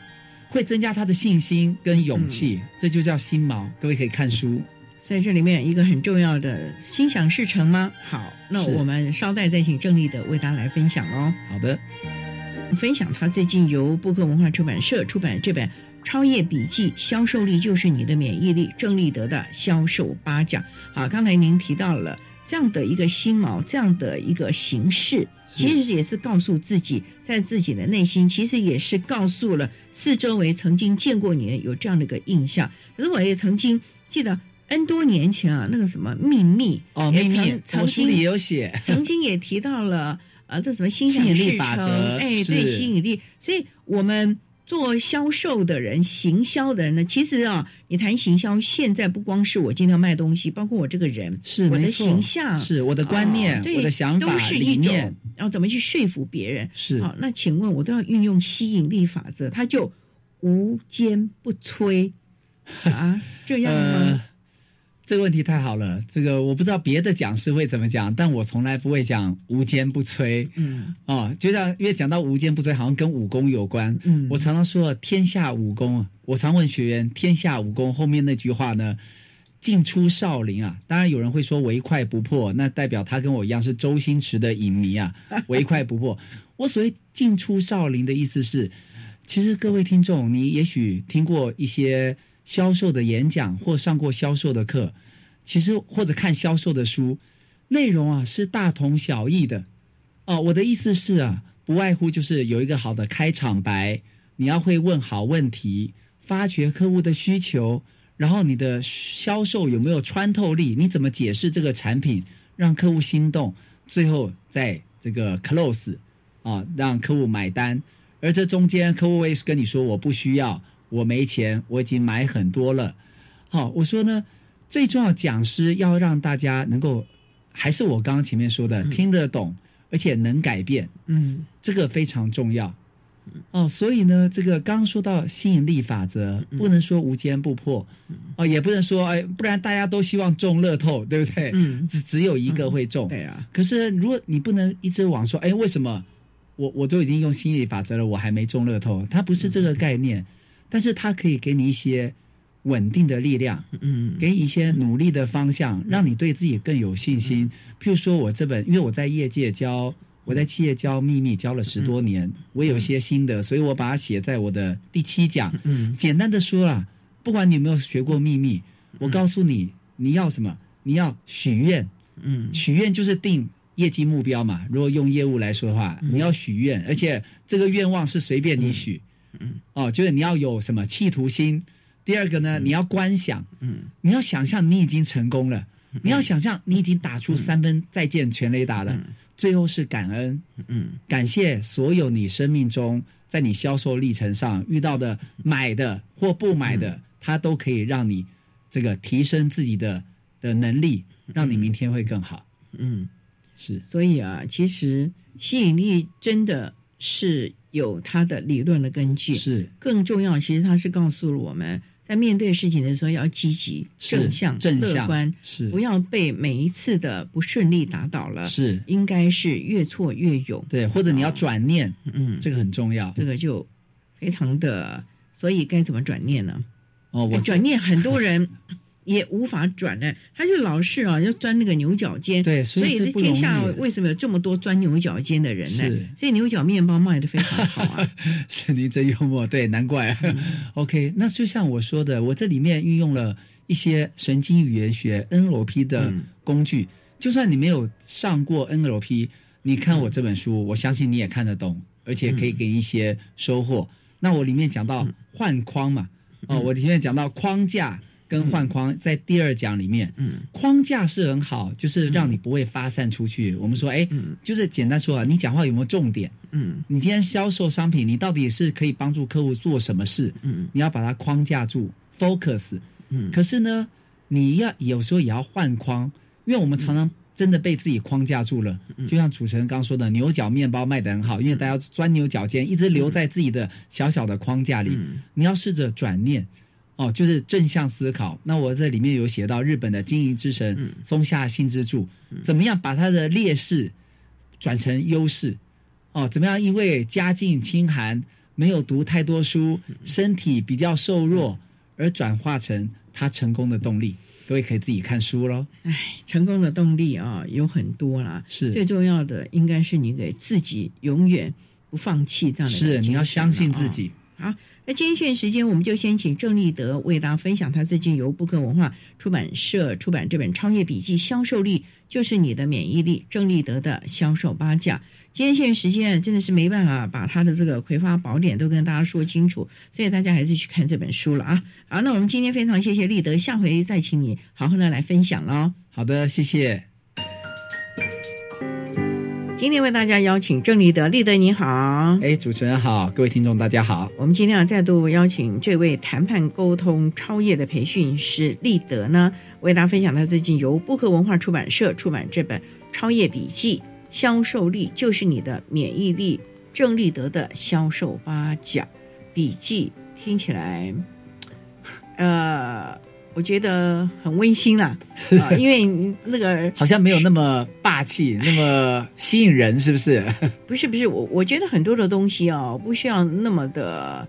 [SPEAKER 2] 会增加他的信心跟勇气，这就叫心锚。各位可以看书。
[SPEAKER 1] 所以这里面有一个很重要的心想事成吗？好，那
[SPEAKER 2] 是
[SPEAKER 1] 我们稍待再请郑丽的为大家来分享哦喽。
[SPEAKER 2] 好的，
[SPEAKER 1] 分享他最近由布克文化出版社出版这本《超越笔记：销售力就是你的免疫力》，郑立德的销售
[SPEAKER 2] 嗯
[SPEAKER 1] 八讲。好，刚才您提到了这样的一个心锚，这样的一个形式，其实也是告诉自己，在自己的内心，其实也是告诉了四周围曾经见过你的有这样的一个印象。可是我也曾经记得 N 多年前啊，那个什么秘密
[SPEAKER 2] 哦，
[SPEAKER 1] 也
[SPEAKER 2] 秘密
[SPEAKER 1] 曾，曾
[SPEAKER 2] 我书里也
[SPEAKER 1] 经
[SPEAKER 2] 有写。
[SPEAKER 1] 曾经也提到了啊，这什么心
[SPEAKER 2] 吸
[SPEAKER 1] 想
[SPEAKER 2] 引
[SPEAKER 1] 事
[SPEAKER 2] 力
[SPEAKER 1] 成，
[SPEAKER 2] 法则
[SPEAKER 1] 哎，对，
[SPEAKER 2] 是
[SPEAKER 1] 吸引力。所以我们做销售的人、行销的人呢，其实啊，你谈行销，现在不光是我今天要卖东西，包括我这个人，
[SPEAKER 2] 是
[SPEAKER 1] 我
[SPEAKER 2] 没
[SPEAKER 1] 的
[SPEAKER 2] 错
[SPEAKER 1] 形象，
[SPEAKER 2] 是我的观念，
[SPEAKER 1] 哦对
[SPEAKER 2] 我的想法
[SPEAKER 1] 都是一
[SPEAKER 2] 理
[SPEAKER 1] 种
[SPEAKER 2] 念，，
[SPEAKER 1] 然后怎么去说服别人？
[SPEAKER 2] 是
[SPEAKER 1] 好，那请问我都要运用吸引力法则，它就无坚不摧啊，这样
[SPEAKER 2] 呃
[SPEAKER 1] 吗？，
[SPEAKER 2] 这个问题太好了，这个我不知道别的讲师会怎么讲，但我从来不会讲无坚不摧
[SPEAKER 1] 嗯
[SPEAKER 2] 哦，就像因为讲到无坚不摧，好像跟武功有关。
[SPEAKER 1] 嗯
[SPEAKER 2] 我常常说天下武功啊，我常问学员天下武功后面那句话呢，尽出少林啊。当然有人会说唯快不破，那代表他跟我一样是周星驰的影迷啊， 唯快不破。我所谓尽出少林的意思是，其实各位听众，你也许听过一些销售的演讲或上过销售的课，其实或者看销售的书，内容啊是大同小异的。哦，我的意思是啊，不外乎就是有一个好的开场白，你要会问好问题，发掘客户的需求，然后你的销售有没有穿透力，你怎么解释这个产品，让客户心动，最后再这个 close 啊，让客户买单。而这中间，客户会跟你说我不需要，我没钱，我已经买很多了。好，我说呢，最重要讲师要让大家能够，还是我刚刚前面说的，听得懂，而且能改变，
[SPEAKER 1] 嗯
[SPEAKER 2] 这个非常重要。哦，所以呢，这个刚刚说到吸引力法
[SPEAKER 1] 嗯
[SPEAKER 2] 则，不能说无坚不破，哦，也不能说哎，不然大家都希望中乐透， 对不对？
[SPEAKER 1] 嗯，
[SPEAKER 2] 只只有一个会中，
[SPEAKER 1] 对啊，
[SPEAKER 2] 可是如果你不能一直往说，哎，为什么我我都已经用心理法则了，我还没中乐透？它不是
[SPEAKER 1] 嗯
[SPEAKER 2] 这个概念，但是它可以给你一些稳定的力量，
[SPEAKER 1] 嗯
[SPEAKER 2] 给你一些努力的方向，让你对自己更有信心。譬如说，我这本，因为我在业界教，我在企业教秘密教了十多年，我有一些心得，所以我把它写在我的第七讲。
[SPEAKER 1] 嗯
[SPEAKER 2] 简单的说啦，不管你有没有学过秘密，我告诉你，你要什么，你要许愿。
[SPEAKER 1] 嗯
[SPEAKER 2] 许愿就是定业绩目标嘛。如果用业务来说的话，你要许愿，而且这个愿望是随便你许。
[SPEAKER 1] 嗯
[SPEAKER 2] 哦，就是你要有什么企图心。第二个呢，你要观想，
[SPEAKER 1] 嗯
[SPEAKER 2] 你要想象你已经成功了，你要想象你已经打
[SPEAKER 1] 嗯
[SPEAKER 2] 出三分再见全垒打了。最后是感恩，
[SPEAKER 1] 嗯
[SPEAKER 2] 感谢所有你生命中在你销售历程上遇到的买的或不买的，
[SPEAKER 1] 嗯
[SPEAKER 2] 它都可以让你这个提升自己的的能力，让你明天会更好。
[SPEAKER 1] 嗯，
[SPEAKER 2] 是
[SPEAKER 1] 所以啊，其实吸引力真的是有它的理论的根据，
[SPEAKER 2] 是
[SPEAKER 1] 更重要，其实它是告诉了我们在面对事情的时候要积极、
[SPEAKER 2] 是
[SPEAKER 1] 正向、
[SPEAKER 2] 正
[SPEAKER 1] 乐
[SPEAKER 2] 向
[SPEAKER 1] 观，
[SPEAKER 2] 是
[SPEAKER 1] 不要被每一次的不顺利打倒了。
[SPEAKER 2] 是，
[SPEAKER 1] 应该是越挫越勇。
[SPEAKER 2] 对，或者你要
[SPEAKER 1] 啊
[SPEAKER 2] 转念，
[SPEAKER 1] 嗯，
[SPEAKER 2] 这个很重要
[SPEAKER 1] 这。个就非常的，所以该怎么转念呢？哎
[SPEAKER 2] 哦，我
[SPEAKER 1] 转念很多人也无法转呢，他就老是啊要钻那个牛角尖。
[SPEAKER 2] 对
[SPEAKER 1] 所
[SPEAKER 2] 所以
[SPEAKER 1] 这
[SPEAKER 2] 这不容
[SPEAKER 1] 天
[SPEAKER 2] 易
[SPEAKER 1] 下为什么有这么多钻牛角尖的人呢
[SPEAKER 2] 是？
[SPEAKER 1] 所以牛角面包卖的非常好啊。
[SPEAKER 2] 是你真幽默，对，难怪。OK，那就像我说的，我这里面运用了一些神经语言学 NLP 的
[SPEAKER 1] 嗯
[SPEAKER 2] 工具，就算你没有上过 NLP，你看我这本书，我相信你也看得懂，而且可以给你一些收获。那我里面讲到换框嘛，哦，我里面讲到框架跟换框，在第二讲里面，
[SPEAKER 1] 嗯
[SPEAKER 2] 框架是很好，就是让你不会发散出去。我们说，哎
[SPEAKER 1] 嗯，
[SPEAKER 2] 就是简单说啊，你讲话有没有重点？
[SPEAKER 1] 嗯
[SPEAKER 2] 你今天销售商品，你到底是可以帮助客户做什么事？
[SPEAKER 1] 嗯
[SPEAKER 2] 你要把它框架住，focus。
[SPEAKER 1] 嗯
[SPEAKER 2] 可是呢，你要有时候也要换框，因为我们常常真的被自己框架住了。
[SPEAKER 1] 嗯
[SPEAKER 2] 就像主持人刚说的，牛角面包卖得很好，因为大家钻牛角尖，一直留在自己的小小的框架里。
[SPEAKER 1] 嗯
[SPEAKER 2] 你要试着转念，哦，就是正向思考。那我这里面有写到日本的经营之
[SPEAKER 1] 嗯
[SPEAKER 2] 神松下幸之助，怎么样把他的劣势转成优势？哦，怎么样？因为家境清寒，没有读太多书，
[SPEAKER 1] 嗯
[SPEAKER 2] 身体比较瘦弱，而转化成他成功的动力。各位可以自己看书喽。
[SPEAKER 1] 哎，成功的动力啊有很多啦，最
[SPEAKER 2] 是
[SPEAKER 1] 重要的应该是你给自己永远不放弃这样的一个
[SPEAKER 2] 是，你
[SPEAKER 1] 精神
[SPEAKER 2] 要相信
[SPEAKER 1] 啊
[SPEAKER 2] 自己。
[SPEAKER 1] 好，那今天限时间，我们就先请郑立德为大家分享他最近由布克文化出版社出版这本《创业笔记：销售力就是你的免疫力》，郑立德的销售八讲。今天限时间真的是没办法把他的这个《葵花宝典》都跟大家说清楚，所以大家还是去看这本书了啊！好，那我们今天非常谢谢立德，下回再请你好好的来分享哦喽。
[SPEAKER 2] 好的，谢谢。
[SPEAKER 1] 今天为大家邀请郑立德，立德你好。
[SPEAKER 2] 哎，主持人好，
[SPEAKER 1] 嗯
[SPEAKER 2] 各位听众大家好。
[SPEAKER 1] 我们今天啊，再度邀请这位谈判沟通超越的培训师立德呢，为大家分享他最近由布克文化出版社出版这本《超越笔记：销售力就是你的免疫力》，郑立德的销售八讲笔记，听起来，呃，我觉得很温馨啦，啊、 因为那个
[SPEAKER 2] 好像没有那么霸气，那么吸引人，是 不是？
[SPEAKER 1] 不是不是，我我觉得很多的东西哦，不需要那么的。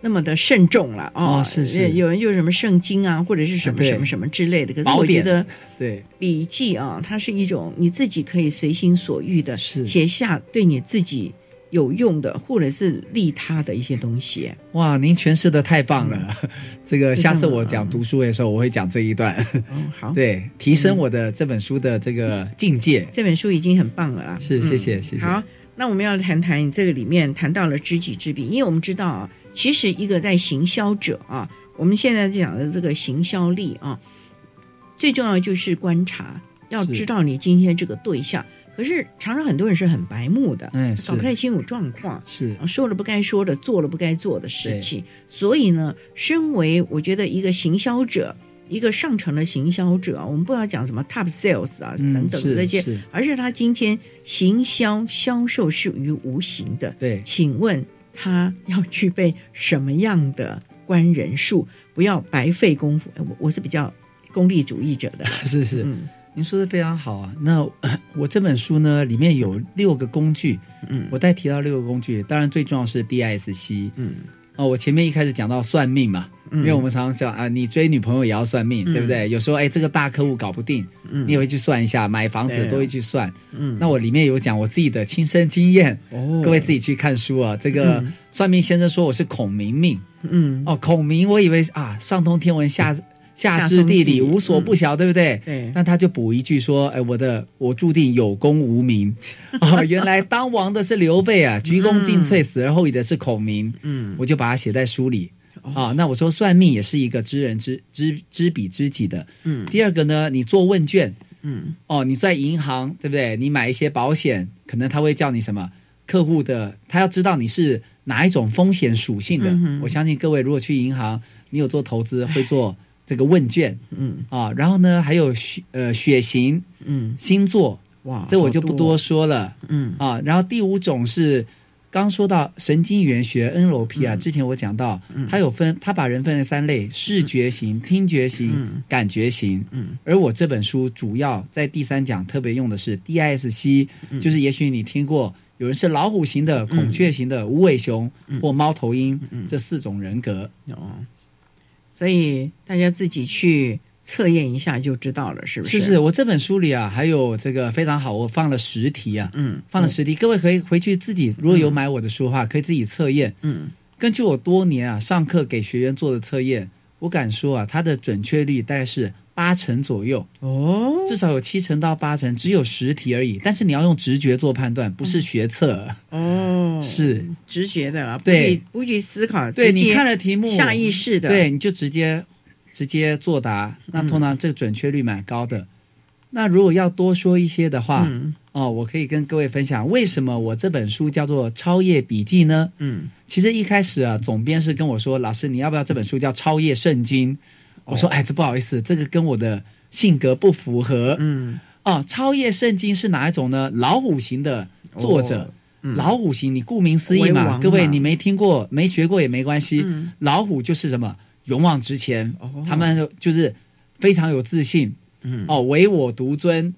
[SPEAKER 1] 那么的慎重了哦
[SPEAKER 2] 哦是是
[SPEAKER 1] 有人就什么圣经啊，或者是什么
[SPEAKER 2] 对
[SPEAKER 1] 什么什么之类的。可是
[SPEAKER 2] 宝
[SPEAKER 1] 我觉
[SPEAKER 2] 典
[SPEAKER 1] 得
[SPEAKER 2] 对，
[SPEAKER 1] 笔记啊，它是一种你自己可以随心所欲的
[SPEAKER 2] 是
[SPEAKER 1] 写下对你自己有用的，或者是利他的一些东 西。
[SPEAKER 2] 哇，您诠释的太棒了。
[SPEAKER 1] 嗯
[SPEAKER 2] 这个
[SPEAKER 1] 非
[SPEAKER 2] 下
[SPEAKER 1] 常
[SPEAKER 2] 次我
[SPEAKER 1] 好
[SPEAKER 2] 讲读书会的时候，我会讲这一段，
[SPEAKER 1] 嗯，好，
[SPEAKER 2] 对，提升我的这本书的这个境界。
[SPEAKER 1] 这本书已经很棒了啊嗯啦。
[SPEAKER 2] 是，谢谢，谢
[SPEAKER 1] 嗯
[SPEAKER 2] 谢。
[SPEAKER 1] 好，那我们要谈谈你这个里面谈到了知己知彼，因为我们知道啊，其实一个在行销者啊，我们现在讲的这个行销力啊，最重要的就是观察，要
[SPEAKER 2] 是
[SPEAKER 1] 知道你今天这个对象。可是常常很多人是很白目的，
[SPEAKER 2] 嗯，是
[SPEAKER 1] 搞不太清楚状况。
[SPEAKER 2] 是
[SPEAKER 1] 啊说了不该说的，做了不该做的事
[SPEAKER 2] 对
[SPEAKER 1] 情。所以呢，身为我觉得一个行销者，一个上层的行销者啊，我们不要讲什么 top sales 啊、
[SPEAKER 2] 嗯
[SPEAKER 1] 等等
[SPEAKER 2] 是
[SPEAKER 1] 这些
[SPEAKER 2] 是，
[SPEAKER 1] 而是他今天行销销售是于无形的。
[SPEAKER 2] 对，
[SPEAKER 1] 请问他要具备什么样的观人数？不要白费功夫。哎我我是比较功利主义者的，
[SPEAKER 2] 是是。
[SPEAKER 1] 嗯
[SPEAKER 2] 您说的非常好啊。那 我这本书呢，里面有六个工具，
[SPEAKER 1] 嗯
[SPEAKER 2] 我再提到六个工具，当然最重要是 DSC
[SPEAKER 1] 嗯，
[SPEAKER 2] 哦。我前面一开始讲到算命嘛，
[SPEAKER 1] 嗯
[SPEAKER 2] 因为我们常常讲啊，你追女朋友也要算命，
[SPEAKER 1] 嗯
[SPEAKER 2] 对不对？有时候哎，这个大客户搞不定，
[SPEAKER 1] 嗯
[SPEAKER 2] 你也会去算一下，买房
[SPEAKER 1] 对
[SPEAKER 2] 子
[SPEAKER 1] 啊
[SPEAKER 2] 都会去算。
[SPEAKER 1] 嗯，
[SPEAKER 2] 那我里面有讲我自己的亲身经验，
[SPEAKER 1] 哦
[SPEAKER 2] 各位自己去看书啊。这个
[SPEAKER 1] 嗯
[SPEAKER 2] 算命先生说我是孔明命
[SPEAKER 1] 嗯
[SPEAKER 2] 哦，孔明我以为啊，上通天文下下
[SPEAKER 1] 下
[SPEAKER 2] 知
[SPEAKER 1] 通
[SPEAKER 2] 地
[SPEAKER 1] 地理嗯
[SPEAKER 2] 理，无所不晓，对不对？
[SPEAKER 1] 对，
[SPEAKER 2] 但他就补一句说：“哎，我的我注定有功 无名。”哦，原来当王的是刘备啊，鞠躬尽瘁，死而后已的是孔明。
[SPEAKER 1] 嗯哦
[SPEAKER 2] 我就把它写在书里啊。那我说算命也是一个知人知知知彼知己的。
[SPEAKER 1] 嗯
[SPEAKER 2] 第二个呢，你做问卷
[SPEAKER 1] 嗯
[SPEAKER 2] 哦，你在银行对不对？你买一些保险，可能他会叫你什么客户的，他要知道你是哪一种风险属性的。
[SPEAKER 1] 嗯哼
[SPEAKER 2] 我相信各位如果去银行，你有做投资会做这个问卷。
[SPEAKER 1] 嗯
[SPEAKER 2] 啊，然后呢，还有血呃血型、
[SPEAKER 1] 嗯，
[SPEAKER 2] 星座，
[SPEAKER 1] 哇，
[SPEAKER 2] 这我
[SPEAKER 1] 好
[SPEAKER 2] 就不
[SPEAKER 1] 哦
[SPEAKER 2] 多说了
[SPEAKER 1] 嗯
[SPEAKER 2] 啊。然后第五种是刚说到神经元学 NLP 啊，
[SPEAKER 1] 嗯
[SPEAKER 2] 之前我讲到，它有分，它把人分成三类：视觉型、听觉
[SPEAKER 1] 嗯
[SPEAKER 2] 型、感觉型。
[SPEAKER 1] 嗯
[SPEAKER 2] 而我这本书主要在第三讲特别用的是 DISC，就是
[SPEAKER 1] 嗯
[SPEAKER 2] 也许你听过。有人是老虎型的、孔雀型的、无尾熊
[SPEAKER 1] 嗯
[SPEAKER 2] 或猫头鹰这四种人格，
[SPEAKER 1] 哦，所以大家自己去测验一下就知道了，是不
[SPEAKER 2] 是
[SPEAKER 1] 是
[SPEAKER 2] 是。我这本书里啊，还有这个非常好，我放了十题啊，
[SPEAKER 1] 嗯
[SPEAKER 2] 放了实地，各位可以回去自己，如果有买我的书的话，可以自己测验。
[SPEAKER 1] 嗯
[SPEAKER 2] 根据我多年啊上课给学员做的测验，我敢说啊，它的准确率大概是八成左右，
[SPEAKER 1] 哦，
[SPEAKER 2] 至少有七成到八成，只有十题而已。但是你要用直觉做判断，不
[SPEAKER 1] 嗯
[SPEAKER 2] 是学测。
[SPEAKER 1] 哦，
[SPEAKER 2] 是
[SPEAKER 1] 直觉的了，不
[SPEAKER 2] 对
[SPEAKER 1] 去不去思考，
[SPEAKER 2] 对
[SPEAKER 1] 直接
[SPEAKER 2] 你看了题目，
[SPEAKER 1] 下意识的，嗯
[SPEAKER 2] 对，你就直接直接作答。那通常这个准确率蛮高的。那如果要多说一些的话，
[SPEAKER 1] 嗯
[SPEAKER 2] 哦，我可以跟各位分享为什么我这本书叫做《超越笔记》呢？
[SPEAKER 1] 嗯
[SPEAKER 2] 其实一开始啊，总编是跟我说：“老师，你要不要这本书叫《超越圣经》？”
[SPEAKER 1] 哦
[SPEAKER 2] 我说：“哎，这不好意思，这个跟我的性格不符合。
[SPEAKER 1] 嗯，
[SPEAKER 2] 哦，《超越圣经》是哪一种呢？老虎型的作者，老虎型，你顾名思义
[SPEAKER 1] 哦嗯为
[SPEAKER 2] 嘛，
[SPEAKER 1] 王
[SPEAKER 2] 各位
[SPEAKER 1] 嘛
[SPEAKER 2] 你没听过、没学过也没关系。
[SPEAKER 1] 嗯
[SPEAKER 2] 老虎就是什么勇往直前，
[SPEAKER 1] 哦
[SPEAKER 2] 嗯他们就是非常有自信，
[SPEAKER 1] 嗯
[SPEAKER 2] 哦，唯我独尊，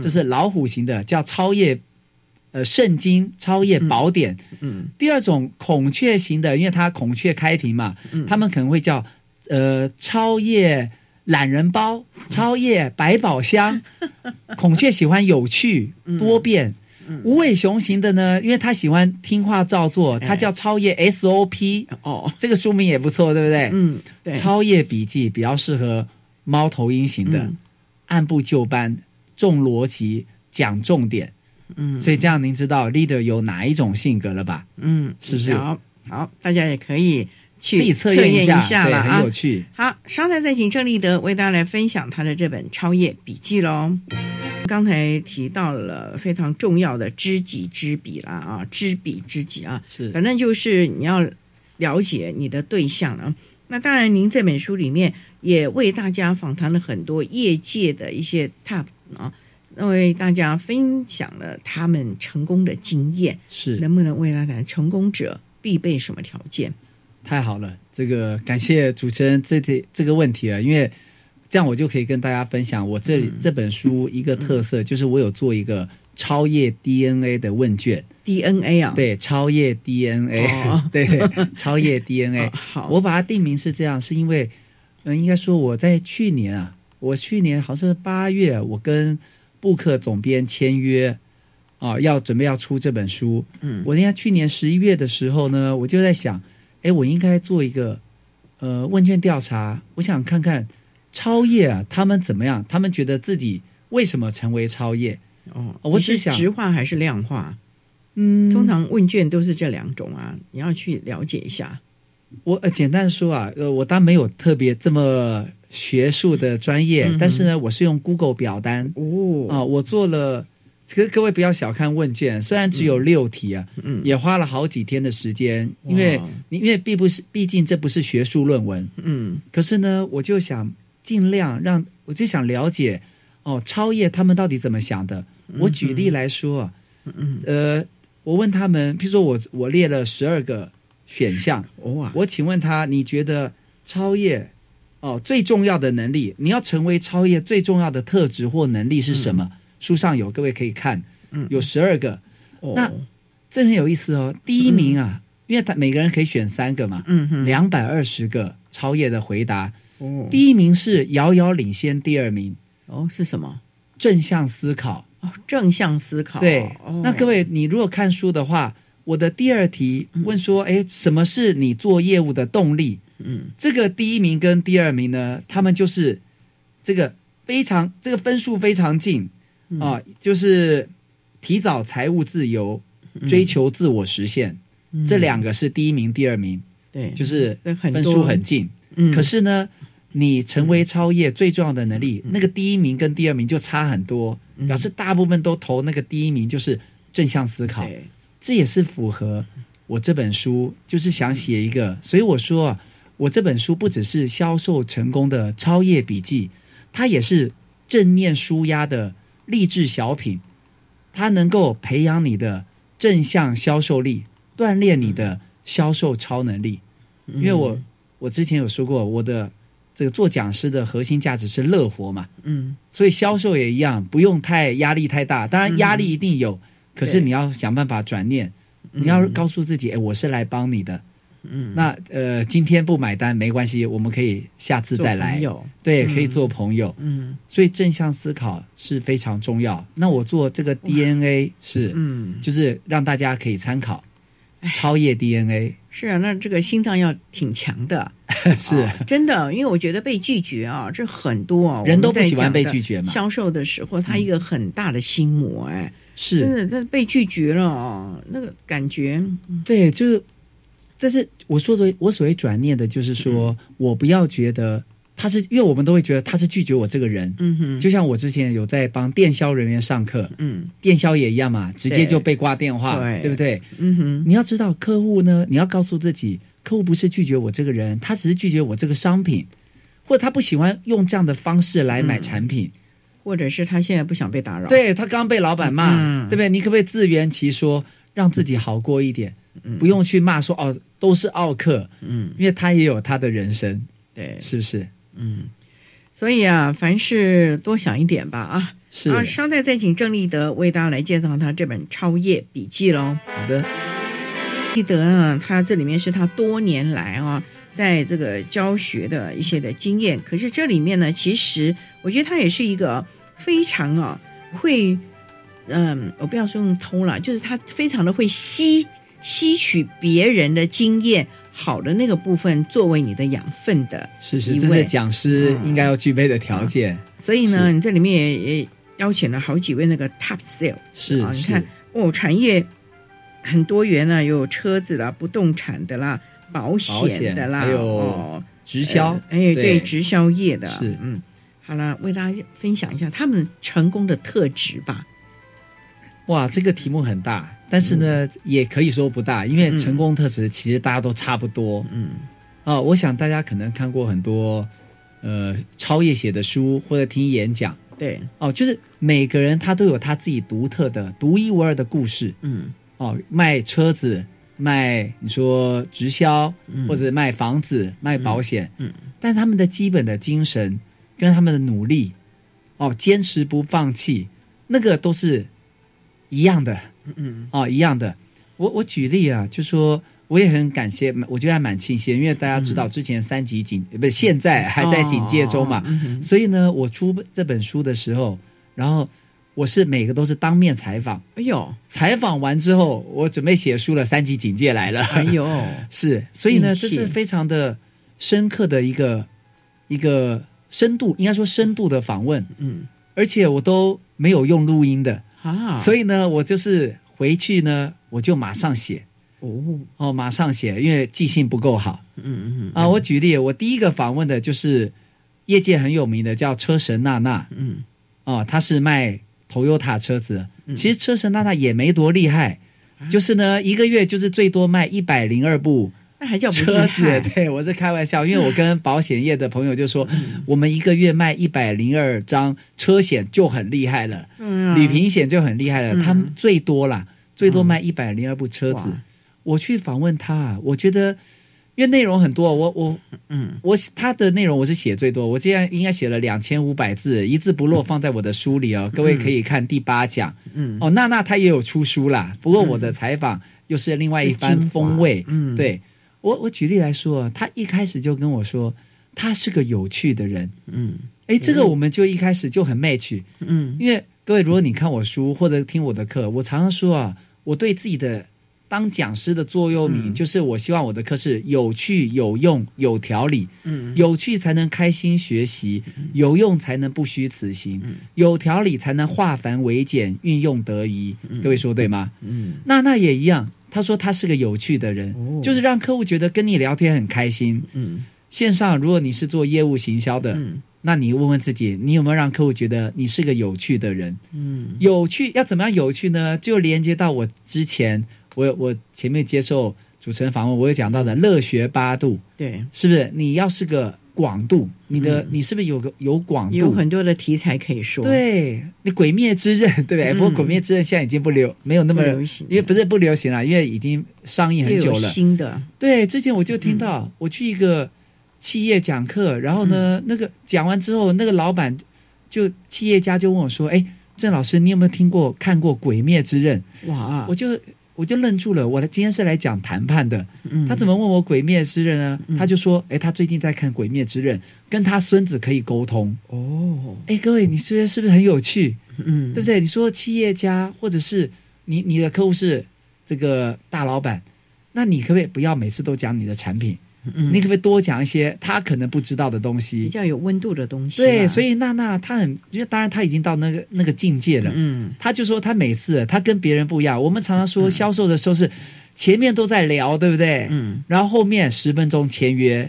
[SPEAKER 2] 这是老虎型的，叫超越。”呃，圣经超越宝典，
[SPEAKER 1] 嗯
[SPEAKER 2] 第二种孔雀型的，因为它孔雀开屏嘛，
[SPEAKER 1] 嗯
[SPEAKER 2] 他们可能会叫呃超越懒 人包、超越百宝箱。孔雀喜欢有趣、多变，
[SPEAKER 1] 嗯
[SPEAKER 2] 无尾熊型的呢，因为他喜欢听话照做，
[SPEAKER 1] 哎
[SPEAKER 2] 他叫超越 SOP，
[SPEAKER 1] 哦，
[SPEAKER 2] 这个书名也不错，对不对？
[SPEAKER 1] 嗯，对，
[SPEAKER 2] 超越笔记比较适合猫头鹰型的，
[SPEAKER 1] 嗯
[SPEAKER 2] 按部就班、重逻辑、讲重点。
[SPEAKER 1] 嗯
[SPEAKER 2] 所以这样您知道 leader 有哪一种性格了吧？
[SPEAKER 1] 嗯，
[SPEAKER 2] 是不是
[SPEAKER 1] 好，好，大家也可以去
[SPEAKER 2] 自己测
[SPEAKER 1] 验
[SPEAKER 2] 验
[SPEAKER 1] 一
[SPEAKER 2] 下，
[SPEAKER 1] 下
[SPEAKER 2] 对，
[SPEAKER 1] 了
[SPEAKER 2] 很
[SPEAKER 1] 啊
[SPEAKER 2] 有。趣。
[SPEAKER 1] 好，稍待再请郑立德为大家来分享他的这本《超越笔记》喽。刚才提到了非常重要的知己知彼啦啊，知彼知己啊，
[SPEAKER 2] 是
[SPEAKER 1] 反正就是你要了解你的对象了。那当然，您这本书里面也为大家访谈了很多业界的一些 top 啊，为大家分享了他们成功的经验，
[SPEAKER 2] 是，
[SPEAKER 1] 能不能为大家成功者必备什么条件？
[SPEAKER 2] 太好了，这个感谢主持人这这这个问题啊了，因为这样我就可以跟大家分享我
[SPEAKER 1] 嗯
[SPEAKER 2] 这里、这本书一个特色，就是我有做一个超越 DNA 的问卷，
[SPEAKER 1] DNA 啊，，
[SPEAKER 2] 对，超越 DNA，、
[SPEAKER 1] 哦
[SPEAKER 2] 对，超越 DNA
[SPEAKER 1] 哦、。好，
[SPEAKER 2] 我把它定名是这样，是因为，嗯，应该说我在去年啊，我去年好像是八月，我跟布克总编签约，啊，要准备要出这本书。
[SPEAKER 1] 嗯
[SPEAKER 2] 我应该去年十一月的时候呢，我就在想，哎，我应该做一个呃问卷调查，我想看看超越啊他们怎么样，他们觉得自己为什么成为超越？
[SPEAKER 1] 哦，
[SPEAKER 2] 我
[SPEAKER 1] 你
[SPEAKER 2] 只
[SPEAKER 1] 是
[SPEAKER 2] 想
[SPEAKER 1] 直化还是量化？
[SPEAKER 2] 嗯
[SPEAKER 1] 通常问卷都是这两种啊，你要去了解一下。
[SPEAKER 2] 我呃简单说啊，呃，我当然没有特别这么学术的专业，
[SPEAKER 1] 嗯哼
[SPEAKER 2] 但是呢，我是用 Google 表单啊、
[SPEAKER 1] 哦，
[SPEAKER 2] 我做了。可各位不要小看问卷，虽然只有六题啊，
[SPEAKER 1] 嗯，
[SPEAKER 2] 也花了好几天的时间，因为
[SPEAKER 1] 哇
[SPEAKER 2] 你因为并不是，毕竟这不是学术论文。
[SPEAKER 1] 嗯
[SPEAKER 2] 可是呢，我就想尽量让，我就想了解哦，超越他们到底怎么想的。我举例来说啊，
[SPEAKER 1] 嗯，
[SPEAKER 2] 呃，我问他们，譬如说我我列了十二个选项，
[SPEAKER 1] 哇，
[SPEAKER 2] 我请问他，你觉得超越哦最重要的能力，你要成为超越最重要的特质或能力是什么？书上有，各位可以看，
[SPEAKER 1] 嗯
[SPEAKER 2] 有十二个，
[SPEAKER 1] 哦
[SPEAKER 2] 那这很有意思哦。第一名啊，因为他每个人可以选三个嘛，
[SPEAKER 1] 嗯哼，
[SPEAKER 2] 两百二十个超越的回答，
[SPEAKER 1] 哦
[SPEAKER 2] 第一名是遥遥领先第二名，
[SPEAKER 1] 哦是什么？
[SPEAKER 2] 正向思考。
[SPEAKER 1] 哦，正向思考。
[SPEAKER 2] 对，
[SPEAKER 1] 哦
[SPEAKER 2] 那各，位，你如果看书的话，我的第二题问说，哎、什么是你做业务的动力？
[SPEAKER 1] 嗯
[SPEAKER 2] 这个第一名跟第二名呢，他们就是这个非常这个分数非常近
[SPEAKER 1] 嗯
[SPEAKER 2] 啊、就是提早财务自由，追求自我实现，
[SPEAKER 1] 嗯
[SPEAKER 2] 这两个是第一名、第二名，
[SPEAKER 1] 对，
[SPEAKER 2] 就是
[SPEAKER 1] 这很
[SPEAKER 2] 分
[SPEAKER 1] 多
[SPEAKER 2] 数很，近。
[SPEAKER 1] 嗯
[SPEAKER 2] 可是呢，你成为超越最重要的能力，那个第一名跟第二名就差很多，
[SPEAKER 1] 嗯
[SPEAKER 2] 表示大部分都投那个第一名，就是正向思考。
[SPEAKER 1] 对
[SPEAKER 2] 这也是符合我这本书，就是想写一个，所以我说啊，我这本书不只是销售成功的超越笔记，它也是正念舒压的励志小品，它能够培养你的正向销售力，锻炼你的销售超能力。因为我我之前有说过，我的这个做讲师的核心价值是乐活嘛，
[SPEAKER 1] 嗯
[SPEAKER 2] 所以销售也一样，不用太压力太大。当然压力一定有，
[SPEAKER 1] 嗯
[SPEAKER 2] 可是你要想办法转念，你要告诉自己，哎，我是来帮你的。
[SPEAKER 1] 嗯，
[SPEAKER 2] 那呃，今天不买单没关系，我们可以下次再来。
[SPEAKER 1] 有，
[SPEAKER 2] 对，可以做朋友。
[SPEAKER 1] 嗯
[SPEAKER 2] 所以正向思考是非常重要。那我做这个 DNA 是，
[SPEAKER 1] 嗯，
[SPEAKER 2] 就是让大家可以参考
[SPEAKER 1] 哎，
[SPEAKER 2] 超越 DNA
[SPEAKER 1] 是啊，那这个心脏要挺强的，
[SPEAKER 2] 是、
[SPEAKER 1] 啊真的，因为我觉得被拒绝啊，这很多啊，
[SPEAKER 2] 人都不
[SPEAKER 1] 我们在
[SPEAKER 2] 喜欢
[SPEAKER 1] 讲
[SPEAKER 2] 被
[SPEAKER 1] 的
[SPEAKER 2] 拒绝嘛
[SPEAKER 1] 销售的时候，他一个很大的心魔，哎，真
[SPEAKER 2] 嗯是，
[SPEAKER 1] 的，这被拒绝了哦，那个感觉，
[SPEAKER 2] 对，就是。但是我说的，我所谓转念的，就是说、
[SPEAKER 1] 嗯
[SPEAKER 2] 我不要觉得他是，因为我们都会觉得他是拒绝我这个人。
[SPEAKER 1] 嗯哼，
[SPEAKER 2] 就像我之前有在帮电销人员上课，
[SPEAKER 1] 嗯
[SPEAKER 2] 电销也一样嘛，直接就被挂电话，
[SPEAKER 1] 对
[SPEAKER 2] 不对？
[SPEAKER 1] 嗯哼，
[SPEAKER 2] 你要知道，客户呢，你要告诉自己，客户不是拒绝我这个人，他只是拒绝我这个商品，或者他不喜欢用这样的方式来
[SPEAKER 1] 嗯
[SPEAKER 2] 买产品。
[SPEAKER 1] 或者是他现在不想被打扰，，
[SPEAKER 2] 对他刚被老板骂，
[SPEAKER 1] 嗯
[SPEAKER 2] 对不对？你可不可以自圆其说，让自己好过一点，
[SPEAKER 1] 嗯
[SPEAKER 2] 不用去骂说哦都是奥克，
[SPEAKER 1] 嗯
[SPEAKER 2] 因为他也有他的人生，
[SPEAKER 1] 对，
[SPEAKER 2] 是不是？
[SPEAKER 1] 嗯，所以啊，凡事多想一点吧啊。
[SPEAKER 2] 是
[SPEAKER 1] 啊，稍待再请郑立德为大家来介绍他这本《超越笔记》喽。
[SPEAKER 2] 好的，
[SPEAKER 1] 立德啊，他这里面是他多年来啊，在这个教学的一些的经验。可是这里面呢，其实我觉得他也是一个非常啊会嗯，我不要说用偷了，就是他非常的会吸吸取别人的经验，好的那个部分作为你的养分的。
[SPEAKER 2] 是是，
[SPEAKER 1] 一
[SPEAKER 2] 这
[SPEAKER 1] 位
[SPEAKER 2] 是讲师
[SPEAKER 1] 嗯
[SPEAKER 2] 应该要具备的条件。
[SPEAKER 1] 所以呢，
[SPEAKER 2] 是
[SPEAKER 1] 你这里面也也邀请了好几位那个 top sales
[SPEAKER 2] 是
[SPEAKER 1] 啊，你
[SPEAKER 2] 是
[SPEAKER 1] 看哦，产业很多元啊，有车子啦、不动产的啦、保
[SPEAKER 2] 保
[SPEAKER 1] 险
[SPEAKER 2] 险
[SPEAKER 1] 的啦，
[SPEAKER 2] 还有
[SPEAKER 1] 哦，
[SPEAKER 2] 直销，
[SPEAKER 1] 哎，哎对，
[SPEAKER 2] 对
[SPEAKER 1] 直销业的，
[SPEAKER 2] 是
[SPEAKER 1] 嗯，好了，为大家分享一下他们成功的特质吧。
[SPEAKER 2] 哇，这个题目很大，但是
[SPEAKER 1] 嗯
[SPEAKER 2] 呢，也可以说不大，因为成功特质其实大家都差不多啊、
[SPEAKER 1] 嗯
[SPEAKER 2] 我想大家可能看过很多，呃，超越写的书或者听演讲
[SPEAKER 1] 对，
[SPEAKER 2] 哦，就是每个人他都有他自己独特的、独一无二的故事
[SPEAKER 1] 嗯
[SPEAKER 2] 哦，卖车子。卖你说直销
[SPEAKER 1] 嗯，
[SPEAKER 2] 或者卖房子、卖保险，
[SPEAKER 1] 嗯
[SPEAKER 2] 但他们的基本的精神跟他们的努力，哦，坚持不放弃，那个都是一样的，
[SPEAKER 1] 嗯
[SPEAKER 2] 哦，一样的。我我举例啊，就说我也很感谢，我觉得还蛮庆幸，因为大家知
[SPEAKER 1] 嗯
[SPEAKER 2] 道之前三级警，呃不是现在还在警戒中嘛，
[SPEAKER 1] 哦嗯哼
[SPEAKER 2] 所以呢，我出这本书的时候，然后我是每个都是当面采访，
[SPEAKER 1] 哎呦，
[SPEAKER 2] 采访完之后，我准备写书了，三级警戒来了，
[SPEAKER 1] 哎呦，
[SPEAKER 2] 是，所以呢，
[SPEAKER 1] 运气
[SPEAKER 2] 这是非常的深刻的一个一个深度，应该说深度的访问，
[SPEAKER 1] 嗯
[SPEAKER 2] 而且我都没有用录音的，
[SPEAKER 1] 啊，
[SPEAKER 2] 所
[SPEAKER 1] 以
[SPEAKER 2] 以呢，我就是回去呢，我就马上写。
[SPEAKER 1] 哦，
[SPEAKER 2] 哦，马上写，因为记性不够好
[SPEAKER 1] 嗯嗯嗯
[SPEAKER 2] 啊。我举例，我第一个访问的就是业界很有名的叫车神娜娜
[SPEAKER 1] 嗯
[SPEAKER 2] 哦，她是卖 Toyota 车子
[SPEAKER 1] 嗯。啊
[SPEAKER 2] 其实车神娜娜也没多厉害，就是呢，一个月就是最多卖一百零二部
[SPEAKER 1] 那还叫不厉
[SPEAKER 2] 车子
[SPEAKER 1] 害。
[SPEAKER 2] 对我是开玩笑，因为我跟保险业的朋友就说，
[SPEAKER 1] 嗯
[SPEAKER 2] 我们一个月卖一百零二张车险就很厉害了，
[SPEAKER 1] 嗯啊
[SPEAKER 2] 旅平险就很厉害
[SPEAKER 1] 嗯
[SPEAKER 2] 了，他们最多啦，最多卖一百零二部车子。
[SPEAKER 1] 哇
[SPEAKER 2] 我去访问他，啊我觉得因为内容很多，我我
[SPEAKER 1] 嗯
[SPEAKER 2] 我他的内容我是写最多，我竟然应该写了两千五百字，一字不落放在我的书里哦，各位可以看第八讲、
[SPEAKER 1] 嗯，
[SPEAKER 2] 哦。娜娜她也有出书啦，不过我的采访又是另外一番风味。
[SPEAKER 1] 嗯，
[SPEAKER 2] 对我我举例来说，他一开始就跟我说他是个有趣的人，
[SPEAKER 1] 嗯
[SPEAKER 2] 诶，这个我们就一开始就很 match，
[SPEAKER 1] 嗯
[SPEAKER 2] 因为各位如果你看我书或者听我的课，我常常说啊，我对自己的当讲师的座右铭、
[SPEAKER 1] 嗯
[SPEAKER 2] 就是我希望我的课是有趣、有用、有条理。
[SPEAKER 1] 嗯
[SPEAKER 2] 有趣才能开心学习，有用才能不虚此行
[SPEAKER 1] 嗯，
[SPEAKER 2] 有条理才能化繁为简，运用得宜。各位说对吗？
[SPEAKER 1] 嗯
[SPEAKER 2] 娜娜也一样，她说她是个有趣的人，
[SPEAKER 1] 哦
[SPEAKER 2] 嗯就是让客户觉得跟你聊天很开心。
[SPEAKER 1] 嗯
[SPEAKER 2] 线上如果你是做业务行销的，
[SPEAKER 1] 嗯
[SPEAKER 2] 那你问问自己，你有没有让客户觉得你是个有趣的人？
[SPEAKER 1] 嗯
[SPEAKER 2] 有趣要怎么样有趣呢？就连接到我之前，我我前面接受主持人访问，我有讲到的乐学八度，
[SPEAKER 1] 对，
[SPEAKER 2] 是不是？你要是个广度，你的、
[SPEAKER 1] 嗯
[SPEAKER 2] 你是不是有个有广
[SPEAKER 1] 有
[SPEAKER 2] 度？
[SPEAKER 1] 很多的题材可以说，，
[SPEAKER 2] 对，你《鬼灭之刃》对不对？
[SPEAKER 1] 嗯
[SPEAKER 2] 不过《鬼灭之刃》现在已经不流，没有那
[SPEAKER 1] 那
[SPEAKER 2] 么，
[SPEAKER 1] 流行，
[SPEAKER 2] 因为不是不流行了，因为已经上映很
[SPEAKER 1] 又
[SPEAKER 2] 久
[SPEAKER 1] 有
[SPEAKER 2] 了。
[SPEAKER 1] 新的，
[SPEAKER 2] 对，之前我就听到，我去一个企业讲课，然后
[SPEAKER 1] 嗯
[SPEAKER 2] 呢，那个讲完之后，那个老板就企业家就问我说：“哎，郑老师，你有没有听过看过《鬼灭之刃》
[SPEAKER 1] 哇
[SPEAKER 2] 我，就我就愣住了，我的今天是来讲谈判的，
[SPEAKER 1] 嗯
[SPEAKER 2] 他怎么问我《鬼灭之刃》呢？
[SPEAKER 1] 嗯
[SPEAKER 2] 他就说：“哎，他最近在看《鬼灭之刃》，跟他孙子可以沟通。
[SPEAKER 1] 哦，”
[SPEAKER 2] 哎，各位，你觉得是不是很有趣？
[SPEAKER 1] 嗯，
[SPEAKER 2] 对不对？你说企业家或者是你你的客户是这个大老板，那你可不可以不要每次都讲你的产品？
[SPEAKER 1] 嗯
[SPEAKER 2] 你可不可以多讲一些他可能不知道的东
[SPEAKER 1] 比
[SPEAKER 2] 西？
[SPEAKER 1] 较有温度的东西啦，
[SPEAKER 2] 对，所
[SPEAKER 1] 以
[SPEAKER 2] 以娜娜她很，因为当然她已经到那个那个境界了，
[SPEAKER 1] 嗯
[SPEAKER 2] 她就说她每次她跟别人不一样。我们常常说销售的时候是前面都在聊，对不对？
[SPEAKER 1] 嗯，
[SPEAKER 2] 然后后面十分钟签约，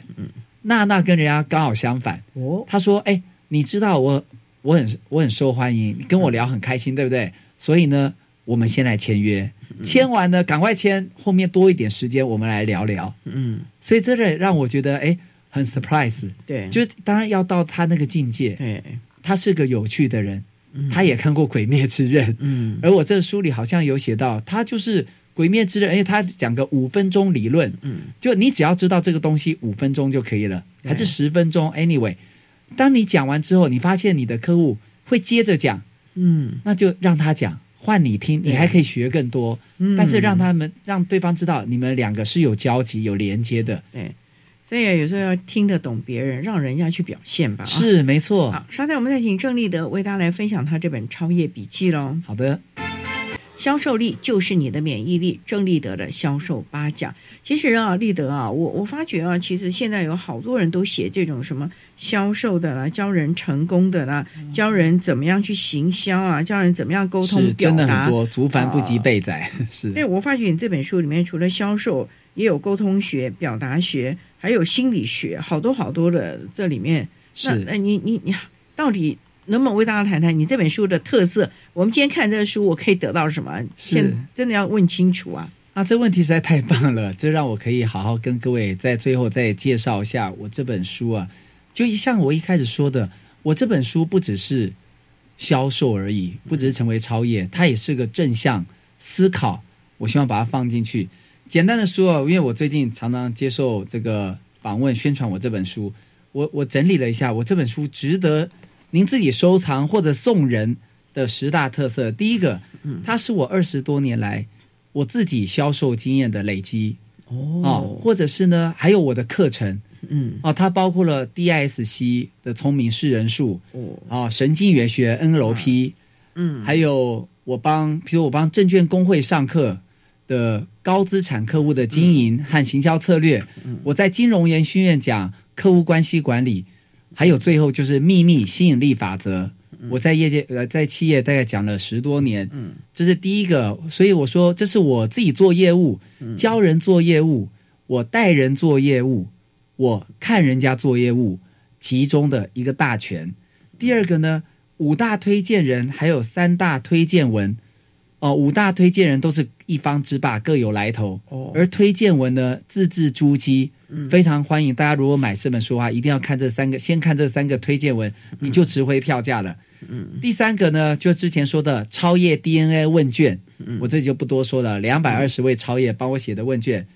[SPEAKER 2] 娜娜跟人家刚好相反，
[SPEAKER 1] 哦，
[SPEAKER 2] 她说：“哎，你知道我我很我很受欢迎，你跟我聊很开心，对不对？所以呢，我们先来签约，
[SPEAKER 1] 嗯
[SPEAKER 2] 签完呢赶快签，后面多一点时间我们来聊聊。”
[SPEAKER 1] 嗯，
[SPEAKER 2] 所以这也让我觉得哎很 surprise，
[SPEAKER 1] 对，
[SPEAKER 2] 就是当然要到他那个境界，
[SPEAKER 1] 对，
[SPEAKER 2] 他是个有趣的人，他也看过《鬼灭之刃》，
[SPEAKER 1] 嗯
[SPEAKER 2] 而我这书里好像有写到，他就是《鬼灭之刃》，因为他讲个五分钟理论，
[SPEAKER 1] 嗯
[SPEAKER 2] 就你只要知道这个东西五分钟就可以了，
[SPEAKER 1] 对
[SPEAKER 2] 还是十分钟，anyway，当你讲完之后，你发现你的客户会接着讲，
[SPEAKER 1] 嗯
[SPEAKER 2] 那就让他讲。换你听，
[SPEAKER 1] 对
[SPEAKER 2] 你还可以学更多，
[SPEAKER 1] 嗯，
[SPEAKER 2] 但是让他们让对方知道你们两个是有交集、有连接的，
[SPEAKER 1] 对，所以有时候要听得懂别人，让人家去表现吧，啊。
[SPEAKER 2] 是没错。
[SPEAKER 1] 好，稍待，我们再请郑立德为大家来分享他这本《超越笔记》喽。
[SPEAKER 2] 好的，
[SPEAKER 1] 销售力就是你的免疫力。郑立德的销售八讲，其实啊，立德啊，我我发觉啊，其实现在有好多人都写这种什么销售的啦，教人成功的啦，教人怎么样去行销啊，教人怎么样沟通
[SPEAKER 2] 嗯是
[SPEAKER 1] 表
[SPEAKER 2] 真的
[SPEAKER 1] 达
[SPEAKER 2] 很。多，竹繁不及
[SPEAKER 1] 啊
[SPEAKER 2] 备载， 是
[SPEAKER 1] 对，我发觉你这本书里面除了销售，也有沟通学、表达学，还有心理学，好多好多的这里面。那
[SPEAKER 2] 是
[SPEAKER 1] 那你你你到底能不能为大家谈谈你这本书的特色？我们今天看这个书，我可以得到什么？
[SPEAKER 2] 是
[SPEAKER 1] 现真的要问清楚啊！
[SPEAKER 2] 啊，这问题实在太棒了，这让我可以好好跟各位在最后再介绍一下我这本书啊。就一像我一开始说的，我这本书不只是销售而已，不只是成为超越，它也是个正向思考。我希望把它放进去。简单的说啊，因为我最近常常接受这个访问宣传我这本书，我我整理了一下，我这本书值得您自己收藏或者送人的十大特色。第一个，它是我二十多年来我自己销售经验的累积啊、哦，，或者是呢，还有我的课程
[SPEAKER 1] 嗯，
[SPEAKER 2] 啊、哦，它包括了 DSC 的聪明识人术
[SPEAKER 1] 哦，
[SPEAKER 2] 啊、哦神经元学 NLP，
[SPEAKER 1] 嗯，
[SPEAKER 2] 还有我帮，比如我帮证券工会上课的高资产客户的经
[SPEAKER 1] 嗯
[SPEAKER 2] 营和行销策略，我在金融研训院讲客户关系管理，还有最后就是秘密吸引力法则。我在业界呃，在企业大概讲了十多年，
[SPEAKER 1] 嗯，
[SPEAKER 2] 这是第一个，所以我说这是我自己做业务，
[SPEAKER 1] 嗯
[SPEAKER 2] 教人做业务，我带人做业务，我看人家做业务，其中的一个大全。第二个呢，五大推荐人还有三大推荐文，哦，五大推荐人都是一方之霸，各有来头。
[SPEAKER 1] 哦，嗯
[SPEAKER 2] 而推荐文呢，字字珠玑，非常欢迎大家。如果买这本书的话，一定要看这三个，先看这三个推荐文，你就值回票价了。
[SPEAKER 1] 嗯，
[SPEAKER 2] 第三个呢，就之前说的超越 DNA 问卷，
[SPEAKER 1] 嗯
[SPEAKER 2] 我这里就不多说了，两百二十位超越帮我写的问卷。
[SPEAKER 1] 嗯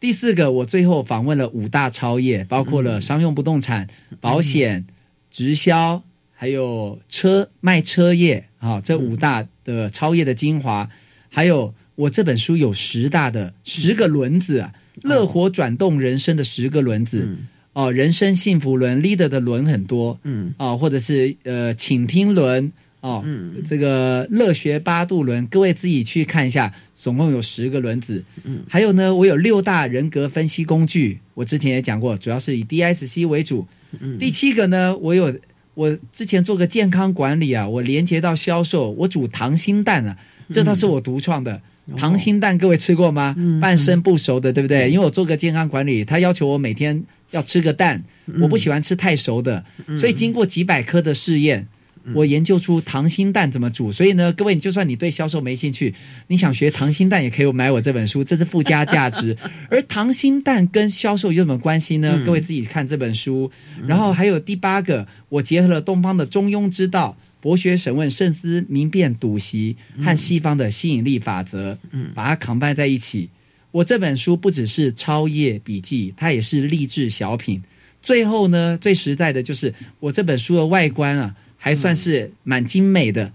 [SPEAKER 2] 第四个，我最后访问了五大超业，包括
[SPEAKER 1] 嗯
[SPEAKER 2] 了商用不动产、保险、直销，还有车卖车业啊、
[SPEAKER 1] 嗯
[SPEAKER 2] 这五大的超业的精华，还有我这本书有十大的十个轮子啊，乐活转动人生的十个轮子
[SPEAKER 1] 嗯
[SPEAKER 2] 哦、人生幸福轮 leader 的轮很多
[SPEAKER 1] 嗯
[SPEAKER 2] 哦、或者是呃请听轮哦、
[SPEAKER 1] 嗯
[SPEAKER 2] 这个乐学八度轮，各位自己去看一下，总共有十个轮子。
[SPEAKER 1] 嗯，
[SPEAKER 2] 还有呢，我有六大人格分析工具，我之前也讲过，主要是以 DSC 为主。
[SPEAKER 1] 嗯
[SPEAKER 2] 第七个呢，我有我之前做个健康管理啊，我连接到销售，我煮溏心蛋啊，这倒是我独创的。
[SPEAKER 1] 哦
[SPEAKER 2] 溏心蛋各位吃过吗？
[SPEAKER 1] 嗯
[SPEAKER 2] 半生不熟的，对不对？因为我做个健康管理，他要求我每天要吃个蛋，
[SPEAKER 1] 嗯
[SPEAKER 2] 我不喜欢吃太熟的，所以经过几百颗的试验。
[SPEAKER 1] 嗯
[SPEAKER 2] 我研究出溏心蛋怎么煮，所以呢，各位，你就算你对销售没兴趣，你想学溏心蛋也可以买我这本书，这是附加价值。 而溏心蛋跟销售有什么关系
[SPEAKER 1] 嗯
[SPEAKER 2] 呢？各位自己看这本书。然后还有第八个，我结合了东方的中庸之道、博学审问、慎思明辨、笃习和西方的吸引力法则，
[SPEAKER 1] 嗯
[SPEAKER 2] 把它 combine 在一起。我这本书不只是超越笔记，它也是励志小品。最后呢，最实在的就是我这本书的外观啊，还算是蛮精美的，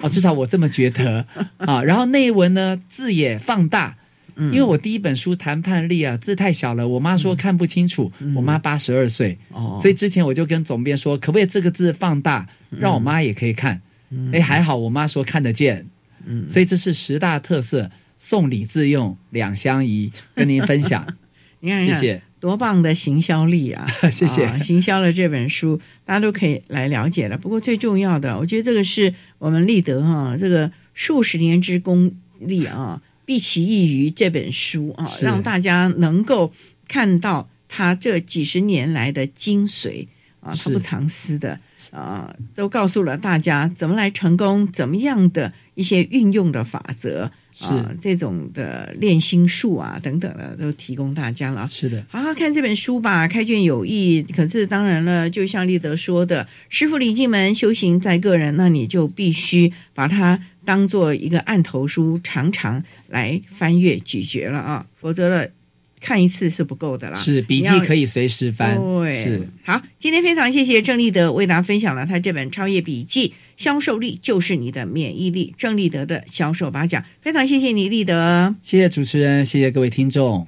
[SPEAKER 2] 哦，至少我这么觉得啊。然后内文呢，字也放大，因为我第一本书《谈判力》啊，字太小了，我妈说看不清楚。我妈八十二岁，
[SPEAKER 1] 哦，
[SPEAKER 2] 所以之前我就跟总编说，可不可以这个字放大，让我妈也可以看。哎，还好我妈说看得见，
[SPEAKER 1] 嗯
[SPEAKER 2] 所以这是十大特色，送礼自用两相宜，跟您分 享，
[SPEAKER 1] 你看，你
[SPEAKER 2] 谢
[SPEAKER 1] 看
[SPEAKER 2] 谢，
[SPEAKER 1] 多棒的行销力啊！
[SPEAKER 2] 谢谢，
[SPEAKER 1] 啊行销了这本书，大家都可以来了解了。不过最重要的，我觉得这个是我们立德哈、这个数十年之功力啊，毕其益于这本书啊，
[SPEAKER 2] 是
[SPEAKER 1] 让大家能够看到他这几十年来的精髓啊，他
[SPEAKER 2] 是
[SPEAKER 1] 不藏私的啊，都告诉了大家怎么来成功，怎么样的一些运用的法则啊
[SPEAKER 2] 是，
[SPEAKER 1] 这种的练心术啊等等的都提供大家了啊。
[SPEAKER 2] 是的，
[SPEAKER 1] 好好看这本书吧，开卷有益。可是当然了，就像立德说的，师傅领进门，修行在个人，那你就必须把它当做一个案头书，常常来翻阅咀嚼了啊，否则了，看一次是不够的啦。
[SPEAKER 2] 是笔
[SPEAKER 1] 啊你
[SPEAKER 2] 记
[SPEAKER 1] 要
[SPEAKER 2] 可以随时翻，
[SPEAKER 1] 对，
[SPEAKER 2] 是。
[SPEAKER 1] 好，今天非常谢谢郑立德为大家分享了他这本《超越笔记》，销售力就是你的免疫力。郑立德的销售八讲，非常谢谢你，立德。
[SPEAKER 2] 谢谢主持人，谢谢各位听众。